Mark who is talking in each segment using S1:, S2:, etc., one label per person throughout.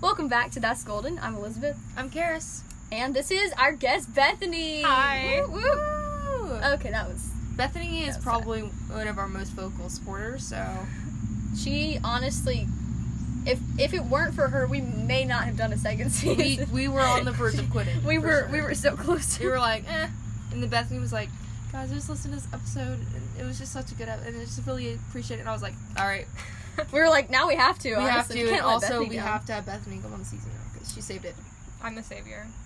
S1: Welcome back to That's Golden. I'm Elizabeth,
S2: I'm Karis.
S1: and this is our guest Bethany.
S2: Hi.
S1: Woo, woo. Okay, that was.
S2: Uh, Bethany is
S1: That's
S2: probably one of our most vocal supporters, so
S1: She honestly, if if it weren't for her, we may not have done a second
S2: we,
S1: season.
S2: we were on the verge of quitting.
S1: we
S2: for
S1: were
S2: sure.
S1: we were so close. To
S2: we were like, eh. And then Bethany was like, guys, I just listened to this episode, and it was just such a good episode, and I just really appreciate it. And I was like, all right,
S1: we were like, now we have to.
S2: we
S1: honestly.
S2: have to,
S1: We
S2: and
S1: can't let
S2: also
S1: Bethany
S2: we
S1: down.
S2: have to have Bethany come on the season now because she saved it.
S3: I'm the savior.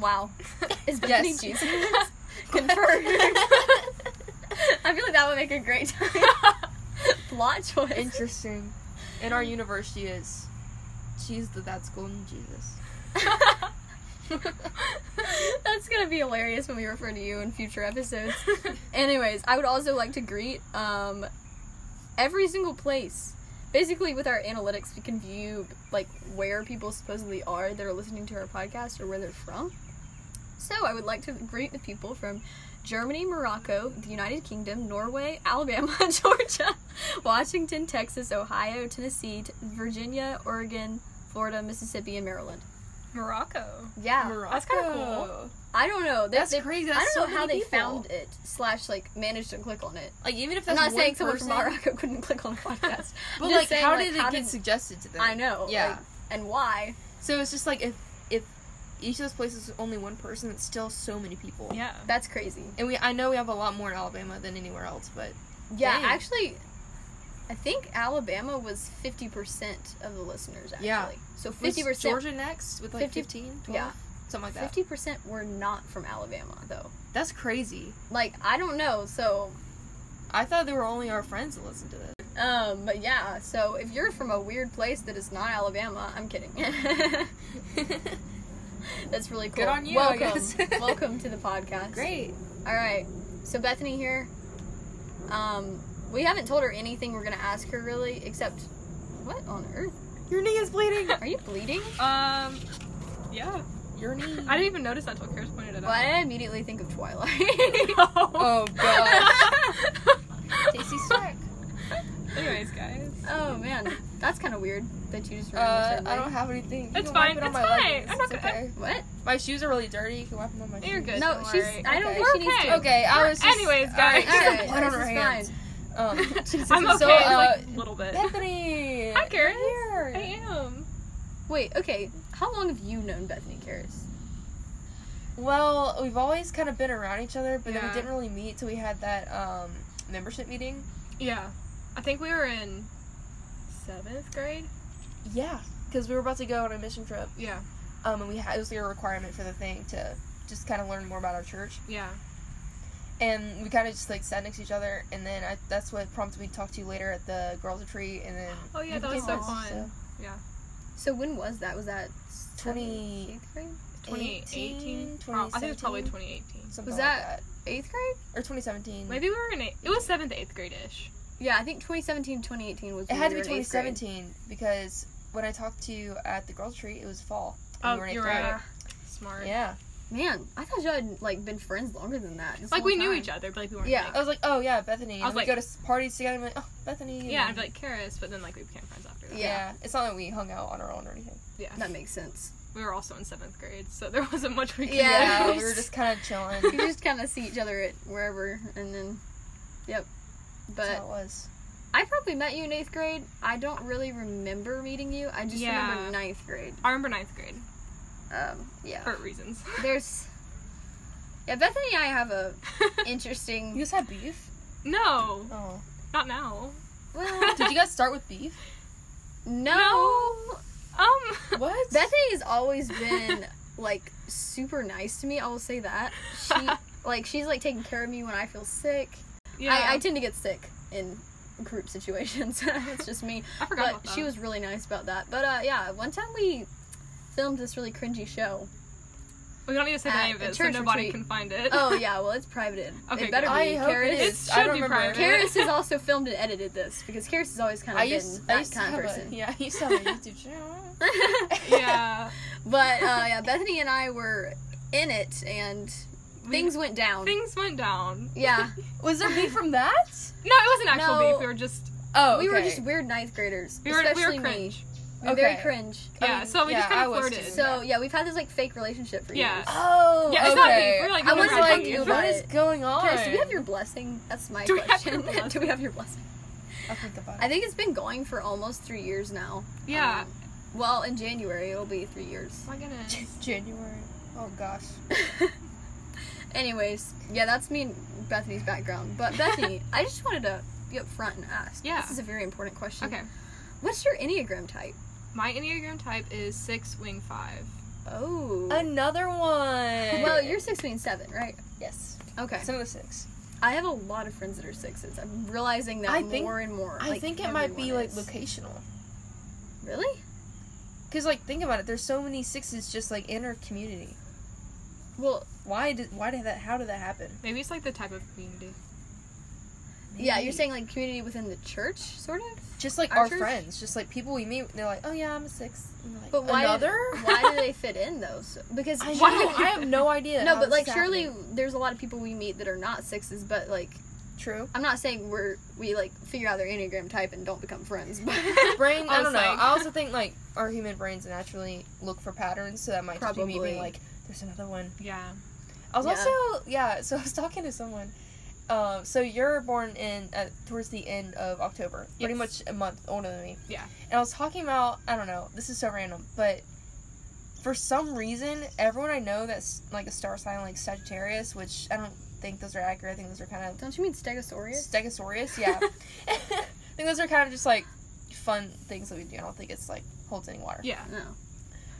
S1: Wow, is Bethany
S2: Yes.
S1: Jesus? Confirmed. I feel like that would make a great plot choice.
S2: Interesting. In our universe, she is. She's the that's golden Jesus.
S1: That's gonna be hilarious when we refer to you in future episodes. Anyways, I would also like to greet um, every single place. Basically, with our analytics, we can view like where people supposedly are that are listening to our podcast or where they're from. So I would like to greet the people from Germany, Morocco, the United Kingdom, Norway, Alabama, Georgia, Washington, Texas, Ohio, Tennessee, t- Virginia, Oregon, Florida, Mississippi, and Maryland.
S3: Morocco.
S1: Yeah,
S3: That's kinda cool.
S2: Morocco.
S1: I don't know. They,
S2: That's
S1: they-
S2: crazy.
S1: I
S2: That's
S1: don't
S2: so
S1: know how they
S2: many people.
S1: found it slash like managed to click on it.
S2: Like even if
S1: I'm not
S2: that's one
S1: saying someone
S2: person,
S1: from Morocco couldn't click on a podcast,
S2: But
S1: Just
S2: like,
S1: saying,
S2: how
S1: like,
S2: did it
S1: how
S2: get
S1: did-
S2: suggested to them?
S1: I know.
S2: Yeah.
S1: like, and why?
S2: so it's just like if if each of those places is only one person, it's still so many people.
S3: Yeah.
S1: That's crazy.
S2: And we I know we have a lot more in Alabama than anywhere else, but
S1: Yeah,
S2: Dang.
S1: actually, I think Alabama was fifty percent of the listeners. Actually,
S2: Yeah.
S1: so
S2: was
S1: fifty percent.
S2: Georgia next with like
S1: 50
S2: 15, 12,
S1: Yeah,
S2: something like that.
S1: fifty percent were not from Alabama though.
S2: That's crazy.
S1: Like I don't know. So,
S2: I thought they were only our friends that listened to this.
S1: um, but yeah. So if you're from a weird place that is not Alabama, I'm kidding. That's really cool.
S2: Good on you, I
S1: Welcome.
S2: guess.
S1: Welcome to the podcast.
S2: Great.
S1: All right. So Bethany here. Um, we haven't told her anything we're gonna ask her really, except what on earth?
S2: Your knee is bleeding.
S1: Are you bleeding?
S3: Um. Yeah.
S2: Your knee.
S3: I didn't even notice that till Karis pointed it
S1: Why
S3: out.
S1: did I immediately think of Twilight?
S2: Oh god. Tasty snack.
S3: Anyways, guys.
S1: oh man, that's kind of weird that you just
S2: Uh,
S1: randomly said
S2: I don't
S1: like-
S2: have anything. You
S3: It's
S2: can wipe
S3: fine,
S2: It on
S3: it's
S2: my
S3: fine.
S2: leggings.
S3: I'm not
S2: It's
S3: gonna-
S2: okay.
S1: What?
S2: My shoes are really dirty. You can wipe them on my
S3: You're
S2: shoes.
S3: good.
S1: no,
S3: don't
S1: she's.
S3: worry.
S1: I don't
S2: Okay.
S1: think she needs
S3: Okay.
S1: to.
S2: Okay, I was. Just,
S3: Anyways,
S2: All right, she's
S3: guys.
S2: got
S1: Alright,
S2: blood on
S1: this
S2: her
S1: is
S2: hands.
S1: fine.
S2: Um,
S3: I'm okay.
S2: So,
S3: like,
S2: uh,
S3: a little bit.
S2: Bethany.
S3: Hi, Karis.
S2: You're here.
S3: I am.
S1: Wait, okay. How long have you known Bethany Karras?
S2: Well, we've always kind of been around each other, but then
S3: Yeah.
S2: we didn't really meet till we had that um, membership meeting.
S3: Yeah. I think we were in seventh grade.
S2: Yeah, because we were about to go on a mission trip,
S3: Yeah.
S2: um, and we had, it was like a requirement for the thing to just kind of learn more about our church.
S3: Yeah.
S2: And we kind of just like sat next to each other, and then I, that's what prompted me to talk to you later at the girls' retreat, and then
S3: Oh yeah,
S2: we
S3: that was so
S2: became
S3: fun.
S2: friends, so-
S1: So when was that? Was that
S2: Twenty-
S1: seventh grade?
S3: 2018.
S2: 18,
S3: Pro- Oh, I think it's probably
S2: 2017.
S3: 2018.
S2: Something
S1: Was
S2: like
S1: that- Eighth grade?
S2: that. or 2017?
S3: Maybe we were in eight. It was seventh, eighth grade ish.
S1: Yeah, I think 2017, 2018 was.
S2: It
S1: when
S2: had to
S1: we
S2: be
S1: were in eighth grade.
S2: 2017 because when I talked to you at the girls' retreat, it was fall. and we
S3: Oh,
S2: were in
S3: you're
S2: eighth
S3: right.
S2: grade.
S3: Smart.
S2: Yeah.
S1: Man, I thought y'all had like been friends longer than that. this
S3: Like
S1: whole
S3: we knew
S1: time.
S3: each other, but like we weren't.
S1: Yeah.
S3: like-
S2: I was like, oh yeah, Bethany.
S3: I was
S2: And we
S3: like-
S2: go to s- parties together. And I'm like, oh, Bethany.
S3: Yeah, I'd
S2: and-
S3: be like Karis, but then like we became friends after that.
S2: yeah.
S1: Yeah.
S2: It's not like we hung out on our own or anything.
S3: Yeah.
S1: That makes sense.
S3: We were also in seventh grade, so there wasn't much we could
S1: Yeah.
S2: we were just kind of chilling.
S1: You just kind of see each other at wherever, and then, yep.
S2: That's
S1: But
S2: how it was.
S1: I probably met you in eighth grade. I don't really remember meeting you. I just
S3: Yeah.
S1: remember ninth grade.
S3: I remember ninth grade
S1: Um, yeah.
S3: for reasons.
S1: There's. Yeah, Bethany and I have a interesting.
S2: You guys had beef?
S3: no,
S2: Oh.
S3: not now.
S1: Well,
S2: Did you guys start with beef?
S1: no.
S3: Um,
S2: What?
S1: Bethany has always been like super nice to me. I will say that she like she's like taking care of me when I feel sick.
S3: yeah,
S1: I, I tend to get sick in group situations. it's just me.
S3: I forgot
S1: But
S3: about that.
S1: she was really nice about that. But uh, yeah, one time we filmed this really cringy show.
S3: We don't need to say the
S1: at
S3: name of
S1: the
S3: it, so
S1: church
S3: nobody
S1: retreat.
S3: can find it.
S1: Oh yeah, well it's privated.
S3: Okay,
S1: it better be.
S2: I hope it
S1: Karis.
S2: is.
S3: It
S2: I
S3: should
S2: don't
S3: be
S2: remember.
S3: private.
S1: Karis has also filmed and edited this because Karis has always kind of
S2: I
S1: been
S2: used,
S1: that
S2: I used to
S1: kind of
S2: have a
S1: person.
S2: yeah. I used to have a YouTube channel.
S3: yeah,
S1: But uh, yeah, Bethany and I were in it, and
S3: We-
S1: things went down.
S3: things went down.
S1: yeah,
S2: Was there beef from that?
S3: No, it wasn't actual
S1: No.
S3: beef. We were just
S2: Oh,
S1: we were
S2: okay.
S1: just weird ninth graders,
S3: we were
S1: especially
S3: we were
S1: me.
S3: cringe.
S1: We're very
S2: Okay.
S1: cringe.
S3: Yeah,
S2: mean,
S3: so we
S2: Um, yeah,
S3: just kind
S2: I
S3: of
S2: was
S3: flirted.
S2: too.
S1: So yeah, we've had this like fake relationship for
S3: Yeah.
S1: years.
S2: Oh,
S3: Yeah, it's not me.
S2: okay.
S3: We're like,
S2: I
S3: oh my
S2: was
S1: God,
S2: like,
S1: fuck you.
S2: what is going on?
S1: Chris, do we have your blessing? That's my
S3: Do we have your
S1: question. do we have your blessing?
S2: I'll think about
S1: I think it's been going for almost three years now.
S3: Yeah.
S1: Um, well, in January it'll be three years.
S3: oh my goodness.
S2: January. Oh gosh.
S1: Anyways, yeah, that's me and Bethany's background. But Bethany, I just wanted to be upfront and ask.
S3: Yeah.
S1: This is a very important question.
S3: Okay.
S1: What's your Enneagram type?
S3: My Enneagram type is six wing five.
S1: Oh.
S2: Another one.
S1: well, you're six wing seven, right?
S2: yes.
S1: Okay.
S2: Some of the six.
S1: I have a lot of friends that are sixes. I'm realizing that
S2: I
S1: more
S2: think-
S1: and more.
S2: I
S1: like,
S2: think it might be
S1: everyone
S2: like
S1: is.
S2: locational.
S1: Really?
S2: Cause like think about it, there's so many sixes just like in our community.
S1: Well,
S2: Why did why did that how did that happen?
S3: Maybe it's like the type of community.
S1: yeah,
S2: Maybe.
S1: you're saying like community within the church, sort of.
S2: just like
S1: our
S2: our,
S1: church-
S2: friends, just like people we meet, they're like, oh yeah, I'm a six. And they're like,
S1: But why?
S2: another?
S1: Why do they fit in though? So, because
S2: I,
S3: Why
S2: know,
S3: did-
S2: I have no idea.
S1: no,
S2: how
S1: but
S2: this
S1: like
S2: is
S1: surely
S2: happening.
S1: there's a lot of people we meet that are not sixes, but like
S2: true.
S1: I'm not saying we're we like figure out their enneagram type and don't become friends, but
S2: Brain. I,
S3: was
S2: don't know.
S3: like-
S2: I also think like our human brains naturally look for patterns, so that might just be me
S1: Probably.
S2: being like, there's another one.
S3: Yeah.
S2: I was
S1: Yeah.
S2: also yeah. So I was talking to someone. Um, so you're born in uh, towards the end of October, pretty
S3: Yes.
S2: much a month older than me.
S3: Yeah.
S2: And I was talking about I don't know. This is so random, but for some reason, everyone I know that's like a star sign like Sagittarius, which I don't think those are accurate. I think those are kind of
S1: don't you mean Stegosaurus?
S2: Stegosaurus. Yeah. I think those are kind of just like fun things that we do. I don't think it's like holds any water.
S3: Yeah.
S1: No.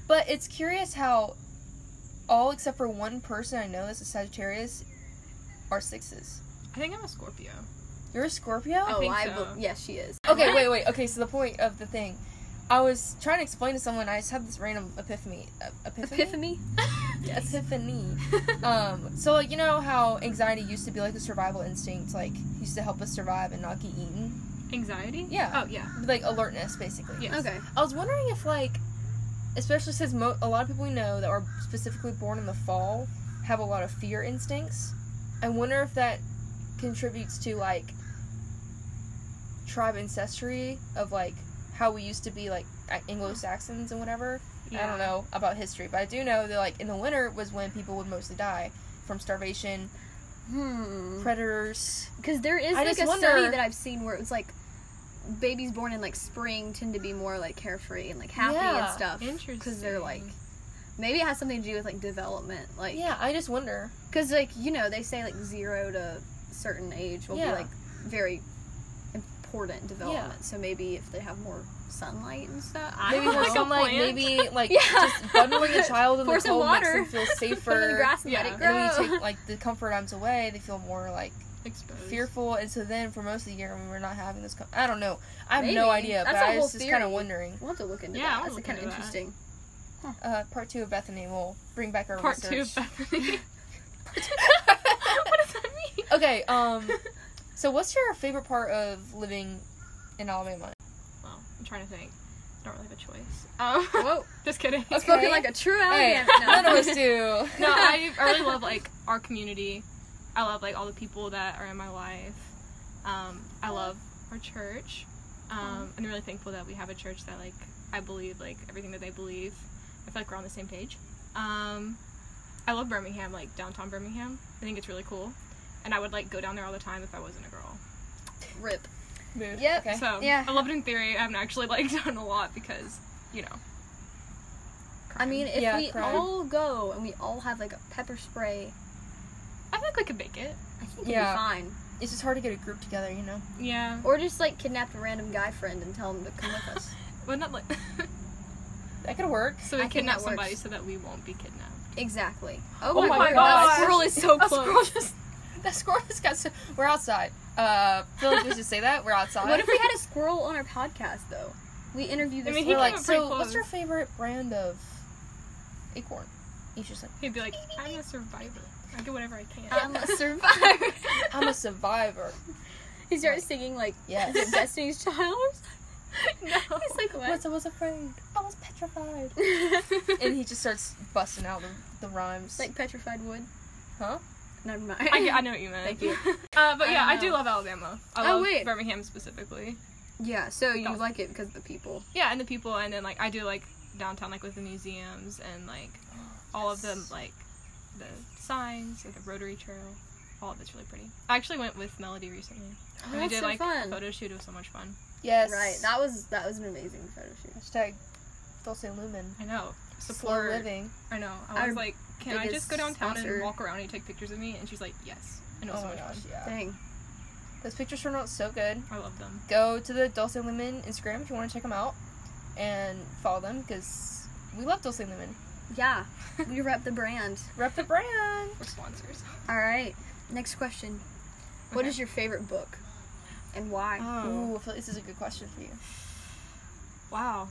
S2: But it's curious how all except for one person I know that's a Sagittarius are sixes.
S3: I think I'm a Scorpio.
S2: You're a Scorpio?
S1: oh,
S3: think
S1: I
S3: so.
S1: bel- yes, she is.
S2: Okay, wait, wait. Okay, so the point of the thing. I was trying to explain to someone, I just had this random epiphany. ep- Epiphany?
S1: Epiphany. Yes.
S2: Epiphany. Um, so, like, you know how anxiety used to be like a survival instinct, like, used to help us survive and not get eaten?
S3: Anxiety?
S2: Yeah.
S3: Oh yeah.
S2: Like, alertness, basically.
S3: Yes.
S1: Okay.
S2: I was wondering if, like, especially since mo- a lot of people we know that are specifically born in the fall have a lot of fear instincts. I wonder if that contributes to like tribe ancestry of like how we used to be like Anglo Saxons and whatever. I
S3: Yeah.
S2: don't know about history, but I do know that like in the winter was when people would mostly die from starvation,
S1: Hmm.
S2: predators.
S1: Because there is
S2: I
S1: like
S2: just
S1: a
S2: wonder-
S1: study that I've seen where it was like babies born in like spring tend to be more like carefree and like happy and
S2: Yeah,
S1: stuff. Because they're like
S3: interesting.
S1: maybe it has something to do with like development, like
S2: Yeah, I just wonder.
S1: because like you know they say like zero to certain age will
S2: Yeah.
S1: be like very important development. So maybe if they have more sunlight and stuff, I
S2: Maybe
S1: don't
S2: more
S3: Like a
S1: know.
S2: sunlight,
S3: plant?
S2: maybe like
S1: Yeah.
S2: just bundling a child in
S1: Pour
S2: the
S1: some
S2: cold
S1: water.
S2: makes them feel safer.
S1: put it in the grass and let
S3: Yeah.
S1: it
S2: And then when
S1: grow.
S2: you take like the comfort items away, they feel more like
S3: exposed.
S2: fearful. And so then for most of the year, we were not having this. Com- I don't know. I have no
S1: Maybe.
S2: idea,
S1: That's
S2: but
S1: a
S2: I was
S1: whole
S2: just kind of
S1: theory.
S2: wondering.
S1: We'll have to look into
S3: Yeah, I
S1: that.
S3: wanna
S1: That's
S3: look
S1: kind of
S3: into that.
S1: interesting.
S2: Uh, part two of Bethany will bring back our
S3: Part two
S2: research.
S3: of Bethany. what does that mean?
S2: okay. Um. So what's your favorite part of living in Alabama?
S3: Well, I'm trying to think. I don't really have a choice. Um,
S1: Whoa.
S3: just kidding.
S2: Okay.
S1: Spoken like a true
S2: Hey,
S1: Alabama. No.
S2: none of us do.
S3: No, I I really love like our community. I love like all the people that are in my life. Um, I love our church. Um, I'm really thankful that we have a church that like I believe like everything that they believe. I feel like we're on the same page. Um, I love Birmingham, like downtown Birmingham. I think it's really cool, and I would like go down there all the time if I wasn't a girl.
S1: Rip.
S2: Mood.
S1: Yep.
S2: Okay.
S3: So
S1: Yeah.
S3: I love it in theory. I haven't actually like done a lot because you know.
S1: I
S3: crime.
S1: mean, if
S2: Yeah,
S1: we
S2: crime.
S1: all go and we all have like a pepper spray,
S3: I think we could make it.
S1: I think it'd
S2: Yeah.
S1: be fine.
S2: It's just hard to get a group together, you know.
S3: Yeah.
S1: Or just like kidnap a random guy friend and tell him to come with us.
S3: Well, not like
S2: That could work.
S3: so we
S1: I think that
S3: kidnap somebody
S1: works.
S3: so that we won't be kidnapped.
S1: exactly. Oh,
S3: Oh
S2: my
S1: my god,
S2: gosh.
S1: that squirrel is so
S2: That squirrel
S1: close.
S2: just. That squirrel just got so. We're outside. Uh, feel like we should say that we're outside.
S1: What if we had a squirrel on our podcast though? We interviewed
S3: I
S1: this
S3: mean, he
S2: We're
S1: squirrel.
S2: like,
S3: up pretty
S2: so what's
S3: close.
S2: your favorite brand of acorn? He's just like,
S3: He'd be like, I'm a survivor. I do whatever I can.
S1: I'm a survivor.
S2: I'm a survivor.
S1: he starts singing like
S2: Yes.
S1: is it Destiny's Child. or something?
S3: No.
S1: He's like what?
S2: Once I was afraid, I was petrified. And
S3: I,
S2: he just starts busting out the, the rhymes.
S1: like petrified wood.
S2: Huh?
S1: Never mind.
S3: I know what you meant.
S1: Thank you.
S3: Uh, but
S1: I
S3: yeah,
S1: don't
S3: I do
S1: know.
S3: love Alabama. I
S1: Oh,
S3: love
S1: wait.
S3: Birmingham specifically.
S1: Yeah, so you
S3: Dolphins.
S1: like it because of the people.
S3: Yeah, and the people, and then like I do like downtown, like with the museums and like all of them, like the signs or the Rotary Trail. All of it's really pretty. I actually went with Melody recently.
S1: Oh,
S3: we
S1: that's
S3: did
S1: so
S3: like
S1: fun.
S3: a photo shoot. It was so much fun.
S2: Yes.
S1: Right, that was that was an amazing photo shoot.
S2: Hashtag Dulce Lumen.
S3: I know.
S2: Slow
S3: Support.
S2: living.
S3: I know. I was
S1: Our
S3: like, can I
S1: biggest
S3: just go downtown
S1: sponsor.
S3: and walk around and take pictures of me? And she's like, yes. And it was
S2: Oh my
S3: so much
S2: gosh,
S3: fun.
S2: yeah.
S1: Dang.
S2: Those pictures turned out so good.
S3: I love them.
S2: Go to the Dulce Lumen Instagram if you want to check them out and follow them because we love Dulce Lumen.
S1: Yeah, we rep the brand.
S2: Rep the brand.
S3: We're sponsors.
S1: All right, next question. What
S3: Okay. Uh,
S1: is your favorite book, and why?
S2: Ooh, I feel like this is a good question for you.
S3: Wow.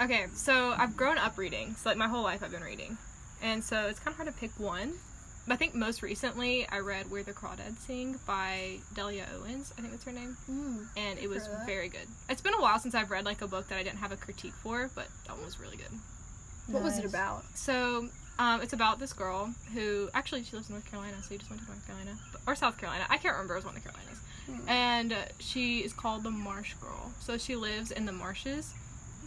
S3: Okay, so I've grown up reading. So like my whole life I've been reading. And so it's kind of hard to pick one. But I think most recently I read Where the Crawdads Sing by Delia Owens, I think that's her name,
S1: Mm.
S3: and it was
S1: for that.
S3: very good. It's been a while since I've read like a book that I didn't have a critique for, but that one was really good.
S1: What was it
S2: Nice.
S1: about?
S3: So um, it's about this girl who actually she lives in North Carolina, so you just went to North Carolina but- or South Carolina. I can't remember. It was one of the Carolinas,
S1: Hmm.
S3: and uh, she is called the Marsh Girl. So she lives in the marshes.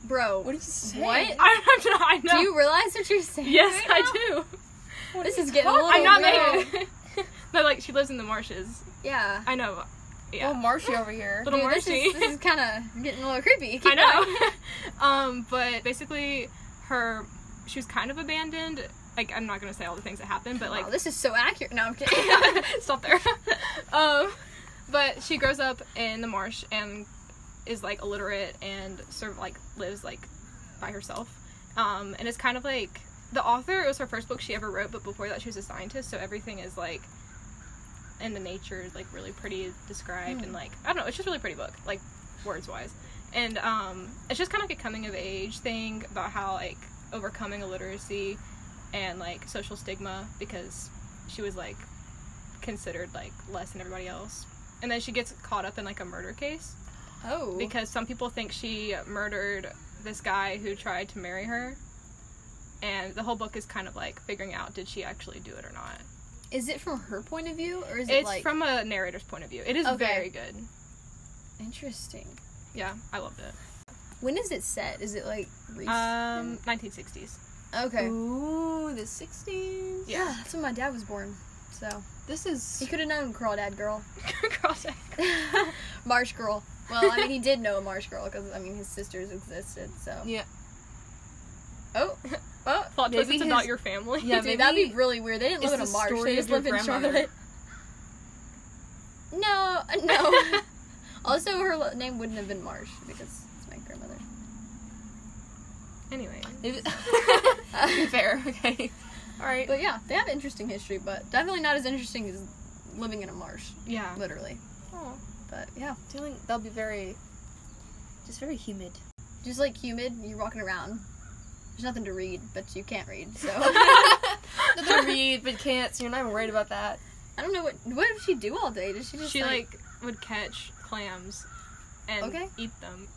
S1: Bro,
S2: What did you say?
S1: What?
S3: I don't know. I know.
S1: do you realize what you're saying?
S3: yes,
S1: right now?
S3: I do.
S2: What
S1: This
S2: are you
S1: is getting a
S2: talking-
S1: little
S3: I'm not
S1: weird.
S3: making. it. no, like she lives in the marshes.
S1: Yeah.
S3: I know. Yeah.
S2: Little Marshy over here.
S3: Little
S1: Dude, this
S3: Marcy.
S1: is, this is kind of getting a little creepy. Keep
S3: I know. um, but basically, her she was kind of abandoned. Like I'm not gonna say all the things that happened, but
S1: going.
S3: like
S1: wow, this is so accurate. No, I'm kidding.
S3: Stop there. um, but she grows up in the marsh and is like illiterate and sort of like lives like by herself. Um, and it's kind of like the author. It was her first book she ever wrote, but before that she was a scientist, so everything is like in the nature is like really pretty described and like I don't know. It's just a really pretty book, like words wise. And um, it's just kind of like a coming of age thing about how like overcoming illiteracy and like social stigma because she was like considered like less than everybody else. And then she gets caught up in like a murder case
S1: oh.
S3: because some people think she murdered this guy who tried to marry her. And the whole book is kind of like figuring out did she actually do it or not.
S1: is it from her point of view, or is it
S3: It's
S1: like
S3: from a narrator's point of view. It is
S1: Okay.
S3: very good.
S1: interesting?
S3: Yeah, I loved it.
S1: When is it set? Is it like recent?
S3: Um, 1960s.
S1: okay.
S2: Ooh, the 60s.
S1: Yeah.
S3: Yeah.
S1: that's when my dad was born. So
S2: This
S1: he
S2: is.
S1: could have known Crawdad Girl,
S3: Cross it.
S1: Marsh Girl. Well, I mean, he did know a Marsh Girl because I mean his sisters existed. So
S2: Yeah.
S1: oh, oh,
S3: Plot twist,
S2: Maybe
S3: it's about
S2: his-
S3: your family.
S2: Yeah,
S1: dude, that'd be
S2: maybe
S1: really weird. They didn't live in
S2: it's
S1: a
S2: the
S1: marsh.
S2: story
S1: They
S2: of
S1: just
S2: your
S1: live in
S2: grandmother.
S1: Charlotte. No, uh, no. also, her lo- name wouldn't have been Marsh because it's my grandmother.
S3: Anyway.
S2: Maybe- Fair. Okay. All right.
S1: But yeah, they have interesting history, but definitely not as interesting as living in a marsh,
S3: Yeah.
S1: literally.
S2: Oh,
S1: But yeah,
S2: feeling they'll be very, just very humid.
S1: just like humid, you're walking around. There's nothing to read, but you can't read. So
S2: Nothing to read, but can't. So you're not even worried about that.
S1: I don't know what what did she do all day? Did she just
S3: she like, would catch clams and
S1: Okay.
S3: eat them.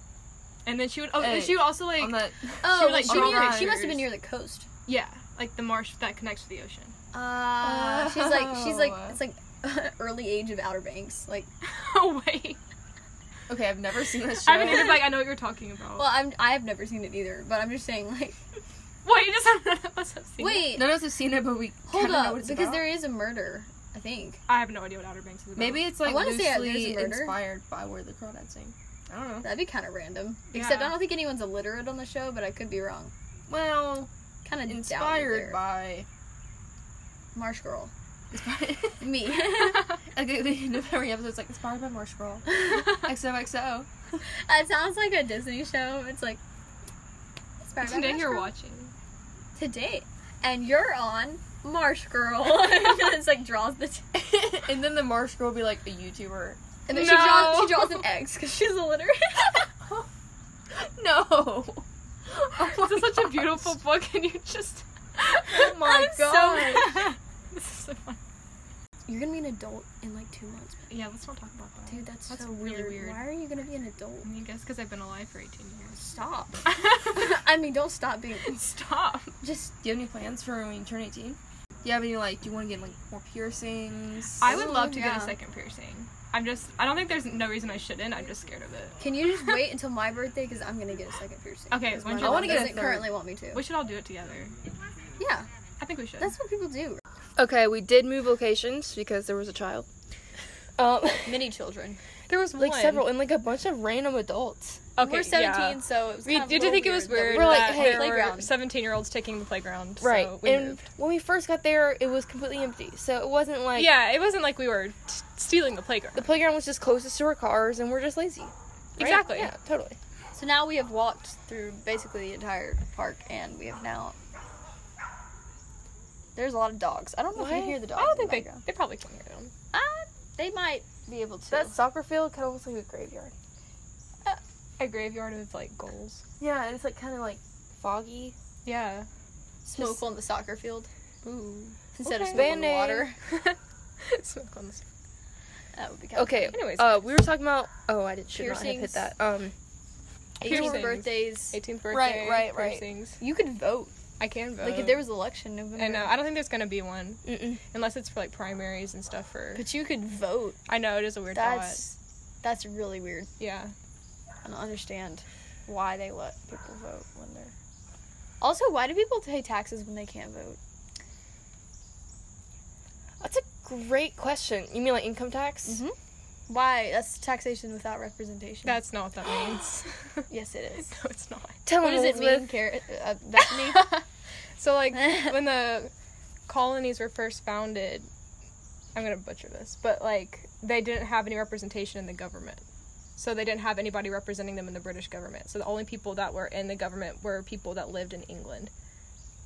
S3: And then she would oh and
S2: Hey,
S3: she would also like
S2: On that.
S1: oh
S3: she would, like,
S1: was she,
S2: crawl
S1: near, she must have
S3: around.
S1: been near the coast.
S3: yeah, like the marsh that connects to the ocean.
S1: Uh, she's like she's like
S2: Oh.
S1: it's like early age of Outer Banks. Like
S3: oh wait.
S2: Okay, I've never seen this show.
S3: I haven't even like I know what you're talking about.
S1: well I'm I have never seen it either, but I'm just saying like
S3: wait, you just none of us have seen it.
S1: wait
S2: None of us have seen it, but we
S1: hold
S2: kinda know
S1: up
S2: what it's
S1: because
S2: about.
S1: there is a murder I think.
S3: I have no idea what Outer Banks is about.
S2: Maybe it's like
S1: wanna say that there's a
S2: loosely
S1: murder.
S2: inspired by where the crawdads sing. I don't know.
S1: That'd be kind of random. Except
S3: Yeah.
S1: I don't think anyone's illiterate on the show, but I could be wrong.
S2: Well,
S1: Kind of
S2: inspired
S1: by
S2: by.
S1: Marsh Girl.
S2: Inspired.
S1: Me.
S2: like at the end of every episode, it's like inspired by Marsh Girl. XOXO.
S1: It sounds like a Disney show. It's like inspired by
S3: Today
S1: Marsh
S3: you're
S1: Girl.
S3: watching.
S1: Today, and you're on Marsh Girl. it's like draws the. T-
S2: and then the Marsh Girl will be like a YouTuber.
S1: and then she
S3: No.
S1: draws she draws an X because she's illiterate.
S2: No. Oh
S3: this is such a
S2: gosh.
S3: beautiful book and you just
S2: Oh my
S1: I'm so
S2: god.
S3: This is so fun.
S1: you're gonna be an adult in like two months,
S3: Yeah, let's not talk about that.
S1: dude. That's,
S3: That's
S1: so
S3: really
S1: weird.
S3: weird.
S1: Why are you gonna be an adult?
S3: I mean, guess because I've been alive for 18 years.
S1: Stop. I mean, don't stop being.
S3: Stop.
S1: Just
S2: do you have any plans for when you turn 18? Do you have any like? Do you want to get like more piercings?
S3: I would
S1: Oh,
S3: love to get
S1: yeah.
S3: a second piercing. I'm just. I don't think there's no reason I shouldn't. I'm just scared of it.
S1: Can you just wait until my birthday? Because I'm gonna get a second piercing.
S3: Okay,
S1: 'Cause
S3: when
S1: my
S3: you-
S1: mom
S3: I wanna
S2: get a
S1: doesn't
S2: third.
S1: currently want me to.
S3: We should all do it together.
S1: yeah,
S3: I think we should.
S1: that's what people do.
S2: Okay, we did move locations because there was a child. Um,
S1: Many children.
S2: there was like
S3: one.
S2: several and like a bunch of random adults.
S3: okay,
S1: We're 17, so it was.
S3: We
S1: kind of
S3: did
S1: a little
S3: think it was
S1: that we
S3: weird
S2: We're like,
S3: that
S2: hey,
S3: there were
S1: playground.
S3: 17 year olds taking the playground.
S2: Right.
S3: So we
S2: and
S3: moved.
S2: when we first got there, it was completely empty. So it wasn't like
S3: yeah, it wasn't like we were t- stealing the playground.
S2: the playground was just closest to our cars and we're just lazy. right?
S3: Exactly.
S2: Yeah, totally.
S1: So now we have walked through basically the entire park, and we have now. There's a lot of dogs. I don't know if
S2: What?
S1: you hear the dogs.
S3: I don't
S1: in
S3: think
S1: the
S3: they
S1: background.
S3: they probably can hear them.
S1: Uh, they might be able to.
S2: That soccer field kind of looks like a graveyard.
S3: A graveyard of like goals.
S2: Yeah, and it's like kind of like foggy.
S3: Yeah.
S1: smoke
S2: just-
S1: on the soccer field
S3: Ooh.
S1: instead of
S2: Okay.
S1: smoke on the
S2: Band-Aid.
S1: water.
S3: Smoke on the.
S1: That would be kind
S2: Okay.
S3: Anyways.
S2: uh, we were talking about. Oh, I did should not have
S1: Piercings.
S2: hit that. Um,
S1: Of 18
S3: piercings.
S1: birthdays.
S3: 18th birthday.
S2: Right, right, right.
S3: piercings.
S1: You could vote.
S3: I can vote.
S1: Like if there was election November.
S3: Uh, I know. I don't think there's gonna be one
S2: mm-mm.
S3: unless it's for like primaries and stuff. For
S1: But you could vote.
S3: I know it is a weird thought.
S1: That's that's really weird.
S3: Yeah.
S1: I don't understand why they let people vote when they're. Also, why do people pay taxes when they can't vote?
S2: that's a great question. You mean like income tax?
S1: Mm-hmm. Why? That's taxation without representation.
S3: Mm-hmm. That's not what that means.
S1: yes, it is.
S3: no, it's not.
S2: Tell
S1: What
S2: them
S1: does it mean,
S2: Elizabeth.
S1: Car- uh, Bethany?
S3: So like when the colonies were first founded, I'm gonna butcher this, but like they didn't have any representation in the government. So they didn't have anybody representing them in the British government. So the only people that were in the government were people that lived in England.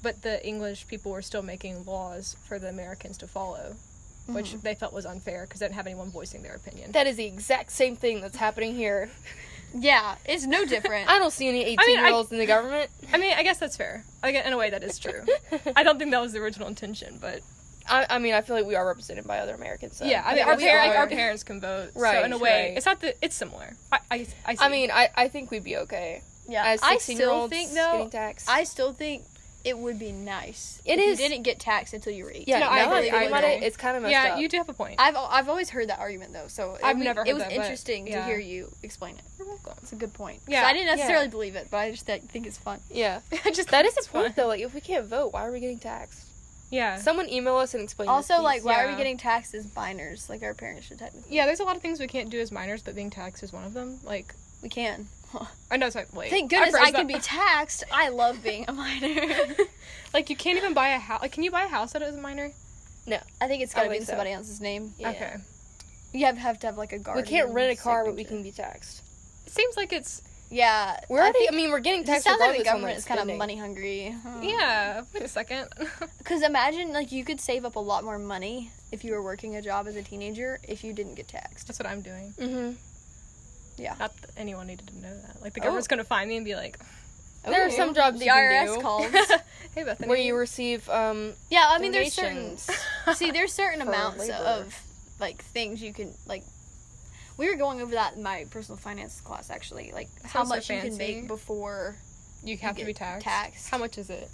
S3: But the English people were still making laws for the Americans to follow, which they felt was unfair because they didn't have anyone voicing their opinion.
S2: That is the exact same thing that's happening here.
S1: yeah, it's no different.
S2: I don't see any
S3: I-
S2: 18 year olds in the government.
S3: I mean, I guess that's fair. Like, in a way, that is true. I don't think that was the original intention, but
S2: I, I mean, I feel like we are represented by other Americans. So.
S3: yeah, I mean,
S1: Yeah,
S3: our,
S1: we
S3: par- like,
S1: are.
S3: our parents can vote. So
S2: Right,
S3: in a way,
S2: right.
S3: it's not the it's similar. I I, I, see.
S2: I mean, I, I think we'd be okay
S1: yeah,
S2: as
S1: I
S2: 16 year
S1: still
S2: olds
S1: think
S2: getting
S1: though.
S2: taxed.
S1: I still think it would be nice.
S2: It
S1: if
S2: is-
S1: You didn't get taxed until you were 18.
S2: yeah,
S3: No,
S2: now
S3: I
S2: I
S3: agree,
S2: agree.
S3: I
S2: about it,
S3: agree.
S2: it's kind of messed
S3: yeah,
S2: up.
S3: you do have a point.
S1: I've al- I've always heard that argument though, so it
S3: I've
S1: was-
S3: never
S1: It
S3: heard
S1: was
S3: that, but-
S1: interesting to
S3: yeah.
S1: hear you explain it.
S3: You're welcome.
S1: It's a good point. 'Cause
S3: Yeah,
S1: I didn't necessarily
S2: yeah.
S1: believe it, but I just th- think it's fun.
S2: yeah,
S3: I just
S2: that is a
S3: it's fun.
S2: point though. Like, if we can't vote, why are we getting taxed?
S3: Yeah,
S2: Someone email us and explain. this,
S1: Also,
S2: please.
S1: like, why are we
S3: yeah.
S1: getting taxed as minors? Like, our parents should technically.
S3: yeah. There's a lot of things we can't do as minors, but being taxed is one of them. Like
S1: We can.
S3: I know it's like wait.
S1: Thank goodness I
S3: phrased
S1: can be
S3: that-
S1: taxed. I love being a minor.
S3: like you can't even buy a house. Like, can you buy a house that is a minor?
S1: I think it's
S2: I
S1: gotta be
S2: think
S1: in
S2: so.
S1: somebody else's name.
S2: Yeah.
S3: Okay.
S1: You have, have to have like a
S2: we
S1: garden.
S2: can't rent a car, but we can
S1: signature.
S2: be taxed.
S3: It seems like it's
S1: Yeah,
S2: We're already. I mean, we're getting
S1: It
S2: taxed.
S1: sounds like the
S2: regardless on,
S1: government is kind of
S2: spending.
S1: money hungry.
S3: Um, yeah. Wait a second.
S1: Because imagine like you could save up a lot more money if you were working a job as a teenager if you didn't get taxed.
S3: That's what I'm doing.
S2: Mhm.
S3: Not that anyone needed to know that. Like the
S1: Oh.
S3: government's gonna find me and be like,
S2: There are some jobs
S1: the
S2: you can
S1: IRS
S2: do
S1: calls.
S3: hey Bethany,
S2: where you receive. Um,
S1: yeah, I mean there's certain
S2: Donations.
S1: see there's certain
S2: For
S1: amounts
S2: labor.
S1: of like things you can like. We were going over that in my personal finance class actually, like how
S3: Sounds so
S1: much you can
S3: fancy.
S1: make before.
S3: you have
S1: get
S3: to be taxed.
S1: taxed.
S3: How much is it?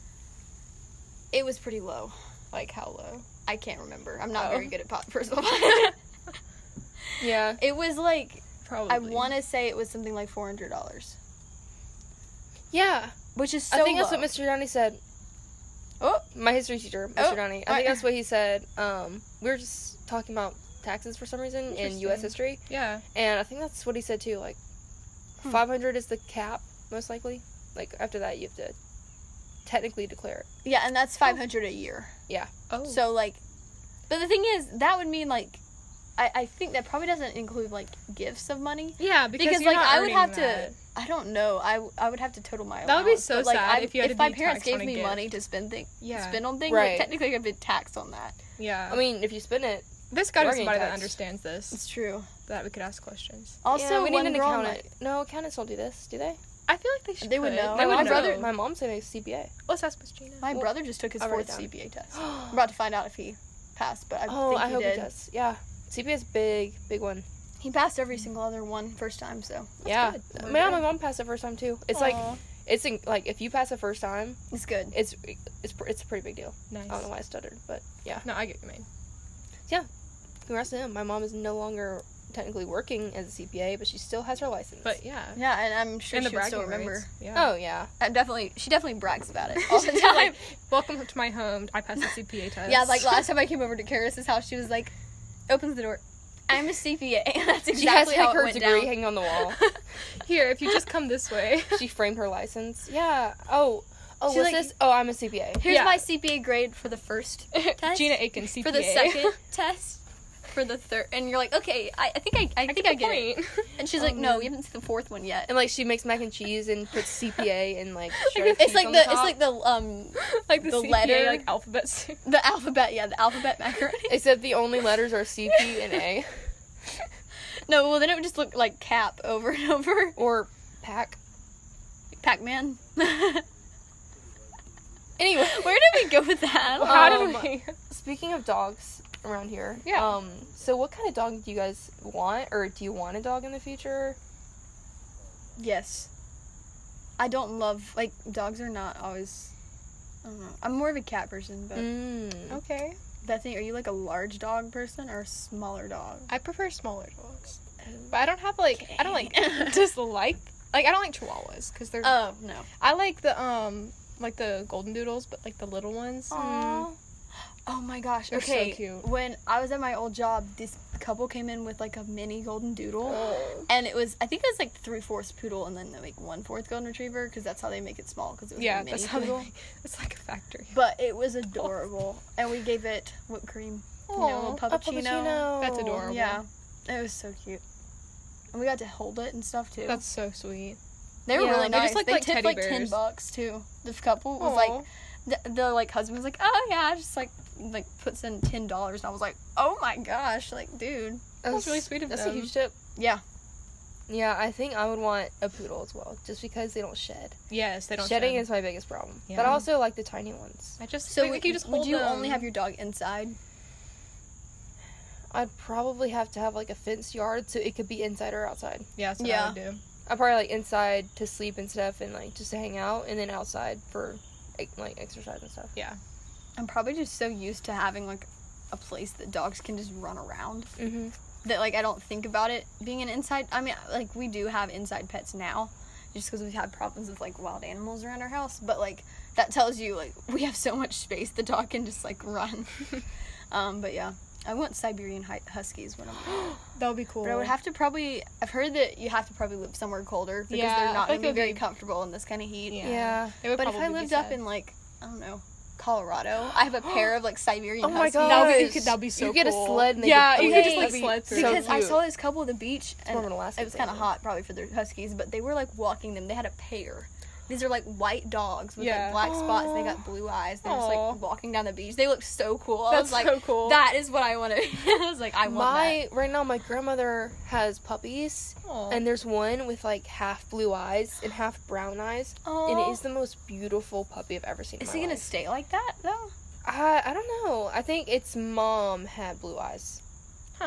S1: It was pretty low.
S3: Like how low?
S1: I can't remember. I'm not
S3: Oh.
S1: very good at po- personal finance.
S2: yeah,
S1: it was like
S3: Probably.
S1: I want to say it was something like four hundred dollars,
S2: yeah.
S1: which is so.
S2: I think
S1: low.
S2: that's what Mr. Downey said.
S1: Oh.
S2: my history teacher, Mr.
S1: Oh,
S2: Downey. I
S1: alright.
S2: think that's what he said. Um, we were just talking about taxes for some reason in U.S.
S3: Interesting.
S2: history,
S3: Yeah.
S2: and I think that's what he said too. Like, five hundred is the cap, most likely. Like after that, you have to technically declare it.
S1: Yeah, and that's five hundred a year.
S3: Oh.
S1: So like, but the thing is, that would mean like, I, I think that probably doesn't include like gifts of money.
S3: yeah, because,
S1: Because,
S3: you're
S1: like
S3: not
S1: I would
S3: earning
S1: have
S3: that.
S1: to, I don't know. I, w- I would have to total my.
S3: That would be
S1: allowance,
S3: so
S1: but, like,
S3: sad
S1: I-
S3: if you had to
S1: my
S3: be
S1: parents
S3: taxed
S1: gave
S3: on a
S1: me
S3: gift.
S1: money to spend thing,
S3: Yeah.
S1: spend on things.
S2: Right.
S1: Like, technically, I've been taxed on that.
S3: Yeah.
S2: I mean, if you spend it,
S3: There's got to be
S2: Bargaining
S3: somebody that
S2: tax.
S3: understands this
S1: It's true.
S3: that we could ask questions.
S1: Also,
S2: Yeah, we
S1: one
S2: need an
S1: girl in
S2: accountant. no, accountants don't do this, do they?
S3: I feel like they should.
S1: They would
S3: could.
S1: know.
S3: They
S1: No,
S3: would
S2: my
S3: Oh, know.
S2: brother, my mom's in a CPA.
S3: Let's ask Miss Gina.
S1: My, my
S2: Well,
S1: brother just took his
S2: I'll write
S1: fourth
S2: it down.
S1: CPA test. I'm about to find out if he passed, but I
S2: oh,
S1: think
S2: I
S1: he
S2: hope
S1: did.
S2: he does. Yeah, CPA is big, big one.
S1: He passed every single other one first time, so
S2: yeah,
S3: good.
S2: man, my mom passed it first time too. It's like
S1: Aw.
S2: it's in, like if you pass it first time,
S1: it's good.
S2: it's it's pr- it's a pretty big deal.
S3: nice.
S2: I don't know why I stuttered, but yeah.
S3: No, I get what you mean.
S2: Congrats to him. My mom is no longer technically working as a CPA, but she still has her license.
S3: But yeah.
S1: Yeah, and I'm sure
S3: And the
S1: she would
S3: bragging
S1: still remember.
S3: rights. Yeah.
S2: oh yeah,
S1: I definitely, she definitely brags about it all
S3: All
S1: the time.
S3: Welcome to my home. I passed the CPA test.
S1: yeah, like last time I came over to Karis's house, she was like, opens the door. I'm a CPA, and that's
S2: she has
S1: exactly
S2: like,
S1: how it
S2: her
S1: went
S2: degree
S1: down.
S2: hanging on the wall.
S3: Here, if you just come this way.
S2: she framed her license. Yeah. Oh. Oh,
S1: She's
S2: what's
S1: like-
S2: this? Oh, I'm a CPA.
S1: Here's
S3: Yeah.
S1: my CPA grade for the first test.
S3: Gina Aiken, CPA.
S1: for the second test. For the third, and you're like, okay, I, I think I, I, think I get Um, it. And she's like,
S2: Oh,
S1: no,
S2: man.
S1: we haven't seen the fourth one yet.
S2: And like she makes mac and cheese and puts CPA and like shredded
S1: It's
S2: cheese
S1: like
S2: on
S1: the, it's
S2: top.
S1: like the um
S3: like the,
S1: The
S3: CPA,
S1: letter.
S3: like alphabet soup.
S1: the alphabet, yeah, the alphabet macaroni.
S2: Except the only letters are CP and A
S1: no, well then it would just look like cap over and over.
S2: or pack.
S1: Pac Man. Where
S2: Anyway,
S1: did we go with that? Oh
S2: Well,
S3: How
S2: Um,
S3: did we?
S2: speaking of dogs around here,
S3: Yeah.
S2: Um, so what kind of dog do you guys want, or do you want a dog in the future?
S1: yes. I don't love like dogs are not always. I don't know. I'm more of a cat person, but
S2: Mm.
S3: Okay.
S1: Bethany, are you like a large dog person or a smaller dog?
S3: I prefer smaller dogs, but I don't have like I don't like dislike like I don't like Chihuahuas because they're
S1: Oh no.
S3: I like the um like the golden doodles, but like the little ones.
S1: Aw. Oh my gosh.
S3: They're so
S1: okay.
S3: cute.
S1: When I was at my old job, this couple came in with like a mini golden doodle.
S3: Oh. Mm.
S1: And it was, I think it was like three fourths poodle and then like one fourth golden retriever because that's how they make it small because it was
S3: Yeah,
S1: a mini
S3: that's how they
S1: poodle.
S3: make- It's like a factory.
S1: But it was adorable. And we gave it whipped cream. You know, a little
S2: Aw,
S1: puppuccino.
S3: That's adorable.
S1: Yeah. It was so cute. And we got to hold it and stuff too.
S3: That's so sweet.
S1: they were
S3: yeah,
S1: really
S3: they
S1: nice.
S3: just look
S1: they
S3: like
S1: tipped
S3: teddy
S1: like ten
S3: bears.
S1: bucks too. This couple was like
S3: Aw.
S1: the, the like husband was like, "Oh yeah, I just like like puts in ten dollars," and I was like, "Oh my gosh, like dude,
S3: That's really sweet of
S2: That's
S3: them.
S2: a huge tip.
S1: yeah,
S2: Yeah, I think I would want a poodle as well, just because they don't shed.
S3: yes, they don't
S2: Shedding
S3: shed.
S2: is my biggest problem, but
S3: Yeah.
S2: I also like the tiny ones.
S3: I just
S1: So
S3: think
S1: would,
S3: like you just
S1: would
S3: hold
S1: you
S3: them.
S1: only have your dog inside?
S2: I'd probably have to have like a fenced yard so it could be inside or outside.
S3: yeah that's what
S1: Yeah.
S3: I would do.
S2: I probably like inside to sleep and stuff, and like just to hang out, and then outside for like, like exercise and stuff.
S3: Yeah.
S1: I'm probably just so used to having like a place that dogs can just run around
S2: Mm-hmm.
S1: that like I don't think about it being an inside. I mean, like we do have inside pets now, just because we've had problems with like wild animals around our house. But like that tells you like we have so much space the dog can just like run. um, but yeah, I want Siberian hi- huskies when I'm.
S3: That would be cool.
S1: But I would have to probably. I've heard that you have to probably live somewhere colder because
S3: Yeah,
S1: they're
S3: I
S1: not going to
S3: think it
S1: be
S3: would
S1: very
S3: be-
S1: comfortable in this kind of heat.
S3: Yeah.
S2: Yeah.
S3: They would
S1: But if I
S3: probably be
S1: lived up
S3: sad.
S1: in like I don't know Colorado, I have a pair of like Siberian.
S2: Oh my
S1: huskies.
S2: god,
S3: That would be- you could- that'd be so
S2: You get
S3: cool.
S2: a sled. And they
S3: Yeah,
S2: could,
S1: you
S2: okay.
S1: could just, like,
S2: That'd
S3: sled
S2: be
S3: through.
S2: so
S1: Because I
S2: cute.
S1: saw this couple at the beach and
S2: warm in Alaska,
S1: it was kind of
S2: isn't it?
S1: hot probably for their huskies, but they were like walking them. They had a pair. These are like white dogs with like
S3: Yeah.
S1: black spots. They
S2: Aw.
S1: got blue eyes. They're just
S3: Aw.
S1: like walking down the beach. They look so cool. I was
S3: That's
S1: like,
S3: so cool.
S1: that is what I want to. I was like, I want that.
S2: My right now, my grandmother has puppies,
S3: Aw.
S2: and there's one with like half blue eyes and half brown eyes, and
S1: Aw.
S2: it is the most beautiful puppy I've ever seen. in
S1: Is
S2: my
S1: he gonna
S2: life.
S1: stay like that though?
S2: I, I don't know. I think its mom had blue eyes.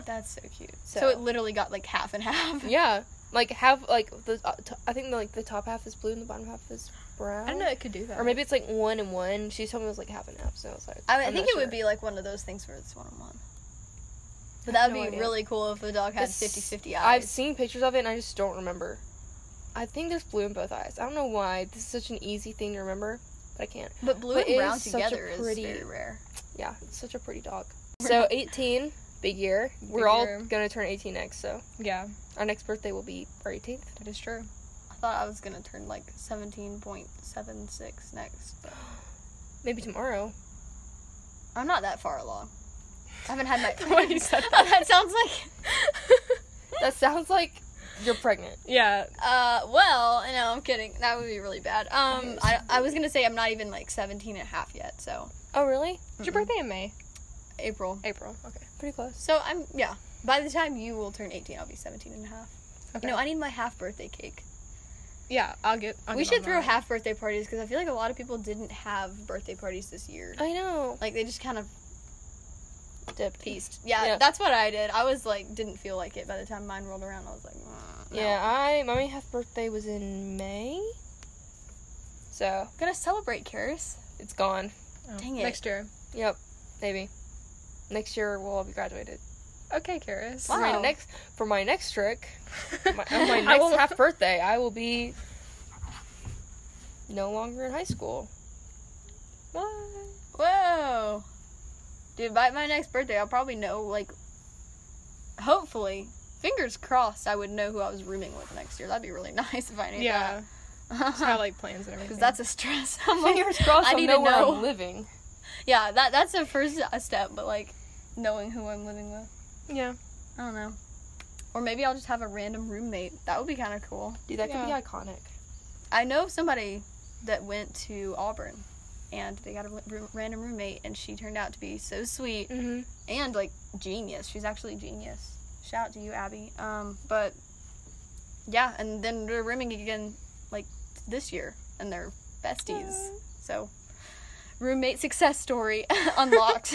S1: That's so cute. So,
S2: So-
S1: it literally got like half and half.
S2: Yeah, like have like the uh, t- I think the, like the top half is blue and the bottom half is brown.
S3: I don't know. It could do that.
S2: Or maybe it's like one and one. She told me it was like half and half, so I was like,
S1: I, mean, I
S2: I'm
S1: think it
S2: not
S1: would
S2: sure.
S1: be like one of those things where it's one on one. But
S2: I
S1: that
S2: have
S1: would
S2: no
S1: be
S2: idea.
S1: really cool if the dog had
S2: It's-
S1: 50 50
S2: I've
S1: eyes.
S2: seen pictures of it and I just don't remember. I think there's blue in both eyes. I don't know why. This is such an easy thing to remember, but I can't.
S1: but blue
S2: but
S1: and
S2: it
S1: brown
S2: is such a
S1: together
S2: pretty-
S1: is very rare.
S2: Yeah, it's such a pretty dog. So 18, big year. We're
S3: Big
S2: all
S3: year.
S2: gonna turn 18 next, so
S3: Yeah,
S2: our next birthday will be our 18th.
S3: that is true.
S1: I thought I was gonna turn like 17.76 next. but
S2: Maybe tomorrow.
S1: I'm not that far along. I haven't had my.
S3: The way you said
S1: that. sounds like.
S2: That sounds like you're pregnant.
S3: Yeah,
S1: Uh, well, no, I'm kidding. That would be really bad. Um, I, I was gonna say I'm not even like 17 and a half yet, so
S2: Oh really?
S3: it's your birthday in May,
S1: April.
S3: April. Okay.
S2: Pretty close.
S1: So I'm yeah. By the time you will turn 18, I'll be 17 and a half.
S3: Okay.
S1: You know, I need my half birthday cake.
S3: Yeah, I'll get. I'll
S1: we
S3: get
S1: should
S3: on
S1: throw
S3: that.
S1: half birthday parties because I feel like a lot of people didn't have birthday parties this year.
S2: I know.
S1: Like they just kind of
S2: Dipped.
S1: pieced. Yeah,
S2: Yeah.
S1: that's what I did. I was like, didn't feel like it by the time mine rolled around. I was like, "Mm, no."
S2: Yeah, I my half birthday was in May. So
S1: I'm gonna celebrate, Karis.
S2: it's gone.
S3: Oh,
S1: Dang it.
S3: Next year.
S2: Yep, maybe. Next year we'll all be graduated. Okay, Karis.
S1: Wow.
S2: For my next for my next trick, my, on my
S1: I
S2: next
S1: will-
S2: half birthday, I will be no longer in high school. What?
S1: Whoa. Dude, by my next birthday, I'll probably know, like, hopefully, fingers crossed, I would know who I was rooming with next year. That'd be really nice if I knew
S3: Yeah,
S1: that.
S3: so I like plans and everything.
S1: Because that's a stress. I'm like,
S2: Fingers crossed.
S1: I
S2: I
S1: need
S2: know
S1: to
S2: where
S1: know.
S2: I'm living.
S1: yeah, that that's the first uh, step, but, like, knowing who I'm living with.
S3: yeah.
S1: I don't know. Or maybe I'll just have a random roommate. That would be kind of cool.
S2: Dude, that
S3: Yeah.
S2: could be iconic.
S1: I know of somebody that went to Auburn and they got a r- random roommate and she turned out to be so sweet
S3: Mm-hmm.
S1: and like genius. She's actually genius. Shout out to you, Abby. Um, but yeah, and then they're rooming again like this year, and they're besties. So roommate success story unlocked.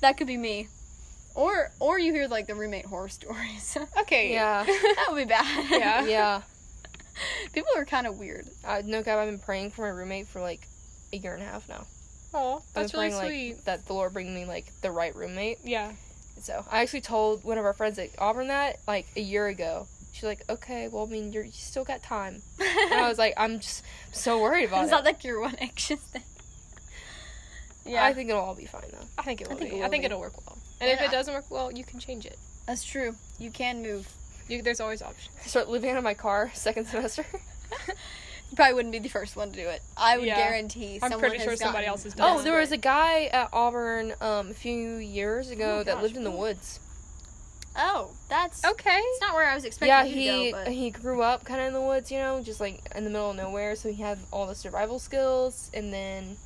S1: that could be me, or or you hear like the roommate horror stories.
S3: Okay.
S2: Yeah.
S1: that would be bad.
S3: Yeah.
S2: yeah.
S1: people are kind of weird.
S2: Uh, no, God, I've been praying for my roommate for like a year and a half now.
S3: Oh,
S2: I've been
S3: that's really
S2: praying, like,
S3: sweet.
S2: that the Lord bring me like the right roommate.
S3: Yeah.
S2: So I actually told one of our friends at Auburn that like a year ago. She's like, okay, well, I mean, you're, you still got time. And I was like, I'm just so worried about
S1: It's
S2: it.
S1: not like your one anxious thing. Yeah,
S2: I think it'll all be fine though.
S3: I think it will.
S1: think
S3: be.
S1: it
S3: I
S1: will
S3: think
S1: be.
S3: it'll work well. And if
S1: Yeah.
S3: it doesn't work well, you can change it.
S1: that's true. You can move.
S3: You, there's always options.
S2: I start living out of my car second semester.
S1: You probably wouldn't be the first one to do it. I would
S3: Yeah.
S1: guarantee.
S3: I'm
S1: someone
S3: pretty
S1: has
S3: sure somebody
S1: gotten-
S3: else has done
S2: oh, there was a guy at Auburn um, a few years ago
S3: Oh,
S2: that
S3: gosh,
S2: lived in the
S3: really?
S2: woods.
S1: Oh, that's
S3: Okay.
S1: It's not where I was expecting
S2: Yeah,
S1: you
S2: he
S1: to go, but
S2: he grew up kind of in the woods, you know, just like in the middle of nowhere. So he had all the survival skills, and then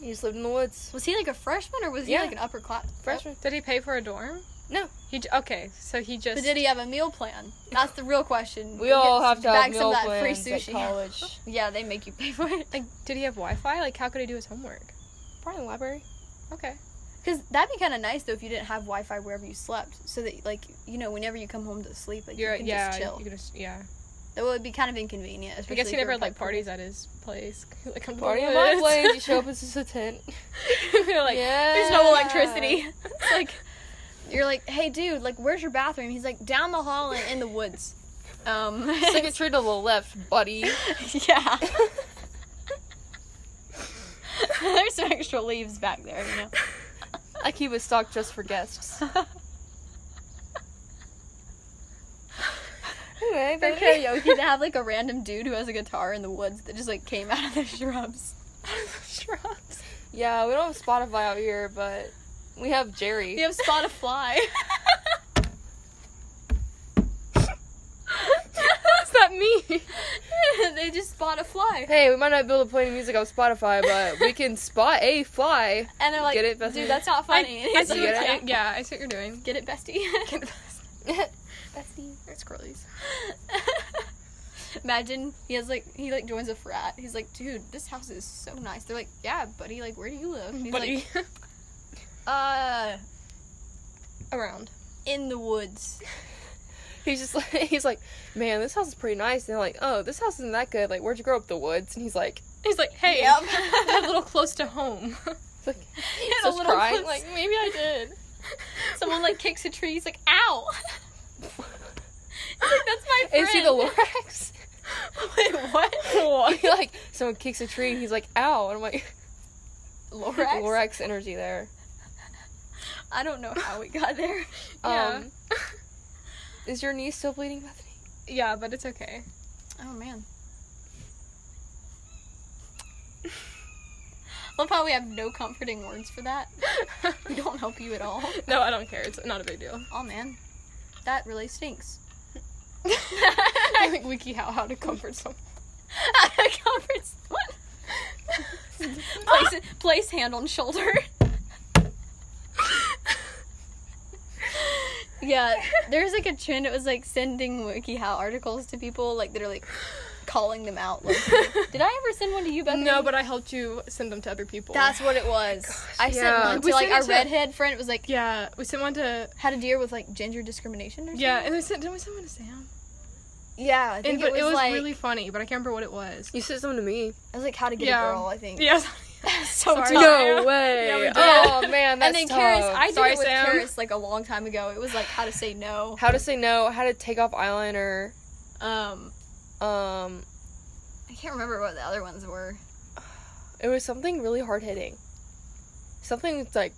S2: he just lived in the woods.
S1: was he like a freshman or was
S2: Yeah.
S1: he like an upper class
S2: Freshman.
S3: Did he pay for a dorm?
S2: No.
S3: He j- okay. So he just
S1: But did he have a meal plan? That's the real question.
S2: We
S1: Go
S2: all
S1: get-
S2: have to
S1: bag
S2: have meal
S1: some of that free
S2: plans at
S1: sushi.
S2: college.
S1: Yeah, they make you pay for it.
S3: like did he have Wi-Fi? Like how could he do his homework?
S2: Probably in the library.
S3: Okay.
S1: Because that'd be kind of nice though if you didn't have Wi-Fi wherever you slept, so that like you know whenever you come home to sleep, like
S3: You're
S1: you can
S3: yeah.
S1: just chill.
S3: You can just yeah.
S1: That would be kind of inconvenient.
S3: I
S1: especially
S3: guess
S1: if
S3: he
S1: you're
S3: never
S1: a
S3: had like
S1: prep pool.
S3: parties at his place. like I'm
S2: Party
S3: going
S2: in
S3: to
S2: my
S3: this.
S2: place. You show up, it's just a tent.
S3: You're like
S1: There's no electricity. it's like you're like, hey dude, like where's your bathroom? He's like down the hall and in the woods. Um,
S2: Take a tree to the left, buddy.
S1: yeah. There's some extra leaves back there, you know.
S2: I keep it stocked just for guests. Anyway,
S1: For
S2: baby.
S1: karaoke, they have like a random dude who has a guitar in the woods that just like came out of the shrubs.
S3: shrubs.
S2: Yeah, we don't have Spotify out here, but we have Jerry.
S1: You have Spotify.
S3: What's that mean?
S1: they just spot a fly,
S2: Hey, we might not be able to play any music on Spotify, but we can spot a fly.
S1: and they're like,
S2: Get it, Bethany?
S1: "Dude, that's not funny."
S3: I, I
S1: And he's
S3: see
S1: like,
S3: what,
S2: get
S3: I- yeah, I see what you're doing.
S1: Get it,
S3: Get the
S1: bestie.
S3: best.
S2: Bestie.
S3: It's Curly's.
S1: Imagine he has like he like joins a frat. He's like, dude, this house is so nice. They're like, yeah, buddy. Like, where do you live? He's
S3: But
S1: like,
S3: he-
S1: uh,
S3: around.
S1: in the woods.
S2: He's just like, he's like, man, this house is pretty nice. And they're like, oh, this house isn't that good. Like, where'd you grow up? The woods. And he's like,
S3: He's like, hey,
S1: Yep.
S3: I'm a little close to home.
S2: he's like
S1: In
S2: just crying.
S1: woods.
S2: Like, maybe I did.
S1: someone like kicks a tree. He's like, ow. He's like, that's my friend.
S2: Is he the Lorax?
S1: Wait, what?
S3: What?
S2: he like someone kicks a tree and he's like, ow, and I'm like
S1: Lorax?
S2: Lorax energy there.
S1: I don't know how we got there.
S3: Yeah.
S2: Um is your knee still bleeding, Bethany?
S3: yeah, but it's okay.
S1: Oh man. Love how we have no comforting words for that. We don't help you at all.
S3: No, I don't care. It's not a big deal.
S1: Oh man, that really stinks.
S3: I like wiki how how to comfort someone.
S1: comfort someone. place, place hand on shoulder. yeah, there's like a trend. It was like sending WikiHow articles to people, like that are like calling them out. Like, did I ever send one to you, Bethany?
S3: no, but Oh I helped you send them to other people.
S1: That's what it was. I sent
S2: yeah.
S1: one to
S3: We
S1: like
S3: sent it
S1: our
S3: to-
S1: redhead friend. It was like
S3: yeah. We sent one to
S1: how to deal with like gender discrimination or something.
S3: yeah, and we sent didn't we send one to Sam?
S1: yeah. I think
S3: And but
S1: it was, like
S3: really funny, but I can't remember what it was.
S2: You said something to me.
S1: it was like how to get
S3: Yeah.
S1: a girl. I think.
S3: Yes.
S1: so
S3: Sorry,
S1: tough.
S3: No
S2: No
S3: way.
S2: way.
S1: Yeah.
S2: oh man, that's
S1: Oh, and then
S2: tough.
S1: Karis, I did
S2: Sorry,
S1: it with
S2: Sam.
S1: Karis like a long time ago. It was like how to say no.
S2: How to say no? How to take off eyeliner?
S1: Um,
S2: Um,
S1: I can't remember what the other ones were.
S2: it was something really hard hitting. Something that's like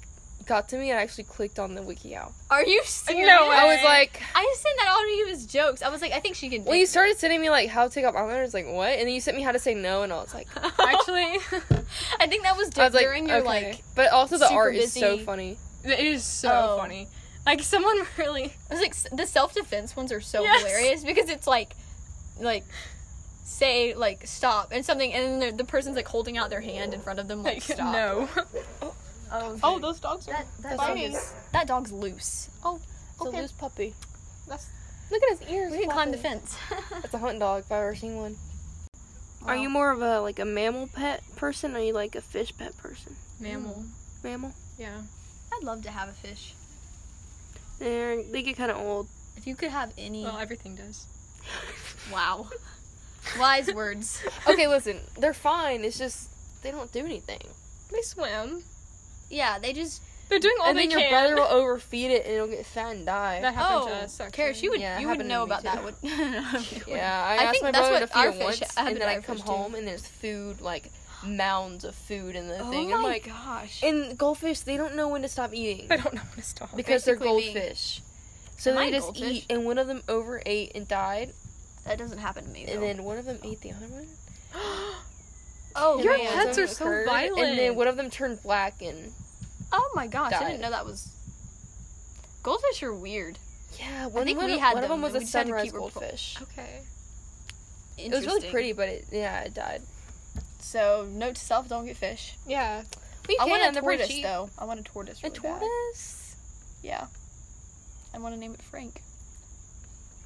S2: got to me. and I actually clicked on the WikiHow.
S1: Are you serious?
S3: No
S2: I
S3: way.
S2: was like,
S1: I sent that all to you as jokes. I was like, I think she can.
S2: when
S1: date
S2: you started sending me like how to take off eyeliner, I was like, what? And then you sent me how to say no, and I was like,
S1: me.
S3: Actually,
S1: I think that was,
S2: I was like,
S1: during your
S2: okay.
S1: like.
S2: But also the
S1: super
S2: art is so
S1: busy-
S2: funny.
S3: it is so
S1: Oh.
S3: funny. Like someone really.
S1: It was like s- the self defense ones are so
S3: Yes.
S1: hilarious because it's like, like, say like stop and something, and then the, the person's like holding out their hand in front of them like,
S3: Like,
S1: stop.
S3: no.
S1: Oh,
S3: Oh, those dogs are.
S1: that that
S2: That's
S1: dog
S2: all
S1: is that dog's loose. Oh,
S2: It's a loose puppy.
S3: That's,
S2: Look at his ears.
S1: we can climb the
S2: flapping.
S1: fence.
S2: That's a hunt dog if I've ever seen one. Are
S1: Wow.
S2: you more of a like a mammal pet person or are you like a fish pet person?
S3: mammal.
S2: Mammal?
S3: Yeah.
S1: I'd love to have a fish.
S2: They're, they get kind of old.
S1: If you could have any.
S3: Well, everything does.
S1: wow. Wise words.
S2: okay, listen. They're fine. It's just they don't do anything.
S3: They swim.
S1: Yeah, they just.
S3: They're doing all
S2: and
S3: they
S2: then your
S3: can.
S2: brother will overfeed it and it'll get fat and die.
S3: That happened
S1: Oh,
S3: to us. Actually.
S1: Karis, you would
S2: Yeah, it
S1: you would
S2: happened
S1: know
S2: to me
S1: about that. Would
S2: yeah, I,
S1: I
S2: asked
S1: think
S2: my
S1: that's
S2: brother to
S1: what our
S2: feed it
S1: fish-
S2: once,
S1: happened
S2: and
S1: to
S2: then I
S1: our
S2: come
S1: fish, too.
S2: home and there's food like mounds of food in the
S1: Oh
S2: thing.
S1: my
S2: I'm like,
S1: gosh.
S2: and goldfish they don't know when to stop eating.
S3: I don't know when to stop.
S2: because they're
S1: Basically being-
S2: goldfish. So
S1: Am I
S2: they
S1: a
S2: just
S1: goldfish?
S2: eat, and one of them overate and died,
S1: that doesn't happen to me.
S2: and
S1: though.
S2: then one of them ate the other one.
S1: oh,
S2: and
S3: Your
S2: then
S1: man.
S2: one of
S3: pets
S2: them
S3: are so
S2: occurred, And
S3: violent.
S2: then one of them turned black, and
S1: Oh my gosh, I
S2: died.
S1: didn't know that was. Goldfish are weird.
S2: yeah, one,
S1: think
S2: one,
S1: we had
S2: one of
S1: them,
S2: them was
S1: and we
S2: a
S1: just had to
S2: sunrise
S1: keep repro-
S2: goldfish.
S3: Okay.
S2: It was really pretty, but it yeah, it died.
S1: So, note to self: don't get fish.
S3: Yeah.
S2: We
S1: I want
S2: can,
S1: a
S2: they're pretty
S1: tortoise
S2: cheap.
S1: though. I want a tortoise.
S2: A
S1: Really bad.
S2: tortoise.
S1: Yeah. I want to name it Frank.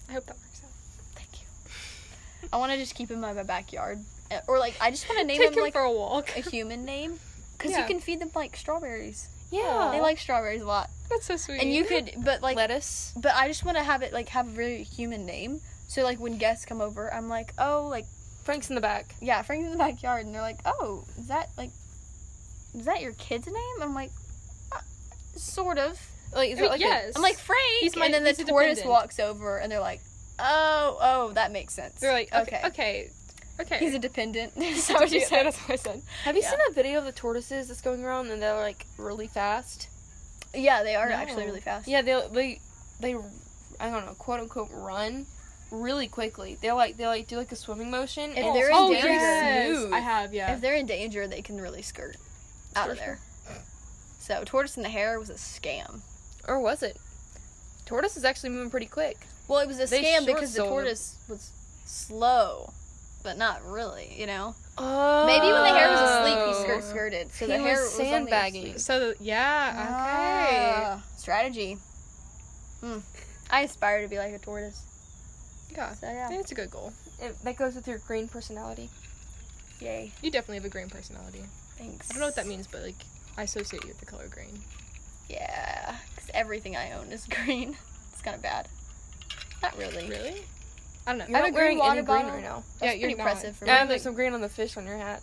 S3: I hope that works out.
S1: Thank you. I want to just keep him in my backyard, Uh, or like I just want to name
S3: Take
S1: him
S3: him
S1: like
S3: for a walk.
S1: a human name, because
S3: Yeah.
S1: you can feed them like strawberries.
S2: Yeah,
S1: They like strawberries a lot,
S3: That's so sweet.
S1: and you could, but like
S2: lettuce.
S1: But I just want to have it like have a really human name. So like when guests come over, I'm like, oh, like
S2: Frank's in the back.
S1: yeah, Frank's in the backyard, and they're like, oh, is that like, is that your kid's name? I'm like, uh, sort of.
S2: Like, is
S3: I mean,
S2: that like a-
S3: yes.
S1: I'm like Frank,
S3: He's my-
S1: and then the
S3: he's a
S1: tortoise
S3: dependent.
S1: walks over, and they're like, oh, oh, that makes sense.
S3: They're like, okay, okay, okay.
S1: He's a dependent. That's what you
S3: Yeah,
S1: said.
S3: That's what I said.
S2: have you
S1: yeah.
S2: seen that video of the tortoises that's going around and they're like really fast?
S1: Yeah, they are
S2: No.
S1: actually really fast.
S2: Yeah, they they they I don't know, quote unquote run really quickly. They like they like do like a swimming motion
S1: If
S2: and
S1: they're in
S2: oh,
S1: danger-
S2: yes.
S3: I have, yeah.
S1: If they're in danger, they can really skirt out of
S2: For sure.
S1: there. So tortoise in the hair was a scam.
S2: Or was it? Tortoise is actually moving pretty quick.
S1: Well, it was a
S2: They
S1: scam
S2: short
S1: because the
S2: sold it.
S1: tortoise was slow, but not really, you know?
S2: Oh.
S1: Maybe when the hair was asleep,
S3: Oh.
S1: he skirt skirted. So
S2: He
S1: the hair
S2: was
S1: was only
S2: sandbagging.
S1: asleep.
S3: so the- yeah,
S1: Ah, strategy. Hmm. I aspire to be like a tortoise.
S3: okay. Yeah.
S1: So yeah.
S3: That's a good goal.
S2: It- that goes with your green personality.
S1: Yay.
S3: You definitely have a green personality.
S1: Thanks.
S3: I don't know what that means, but like, I associate you with the color green.
S1: Yeah. Because everything I own is green. It's kind of bad. Not really.
S3: Really? I don't know.
S2: You're
S1: I have
S2: not
S1: a green
S2: wearing
S1: water
S2: any green
S1: bottle.
S2: right now.
S1: That's
S3: you're
S1: pretty
S3: not.
S1: impressive for
S3: Yeah,
S1: me.
S2: And there's some green on the fish on your hat.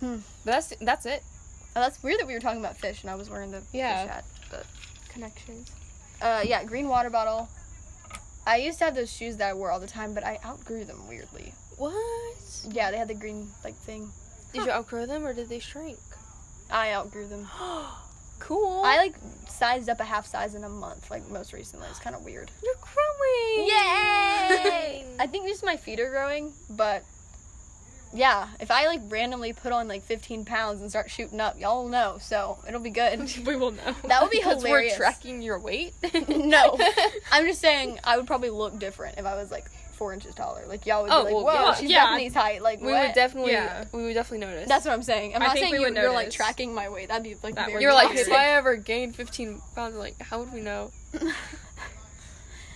S1: Hmm.
S2: But that's that's it.
S1: Oh, that's weird that we were talking about fish and I was wearing the
S3: Yeah.
S1: fish hat. But
S2: Connections.
S1: uh, yeah, green water bottle. I used to have those shoes that I wore all the time, but I outgrew them weirdly.
S2: What?
S1: Yeah, they had the green like thing.
S2: Did you outgrow them or did they shrink?
S1: I outgrew them.
S2: cool.
S1: I like sized up a half size in a month, like most recently. It's kind of weird.
S2: You're growing.
S1: I think just my feet are growing, but yeah, if I like randomly put on like 15 pounds and start shooting up, y'all will know. So it'll be good.
S3: we will know.
S1: That would be
S2: Because
S1: hilarious.
S2: We're tracking your weight.
S1: no, I'm just saying I would probably look different if I was like four inches taller. Like y'all would
S2: Oh,
S1: be like,
S2: well,
S1: "Whoa,
S2: yeah,
S1: she's
S3: yeah.
S1: Japanese height." Like
S2: we
S1: what?
S2: would definitely,
S3: Yeah.
S2: we would definitely notice.
S1: That's what I'm saying. I'm
S3: I
S1: not
S3: think
S1: saying
S3: we
S1: you,
S3: would
S1: you're like
S3: notice.
S1: tracking my weight. That'd be like
S3: That
S1: very
S3: would
S2: you're like,
S1: toxic.
S2: if I ever gained 15 pounds, like, how would we know?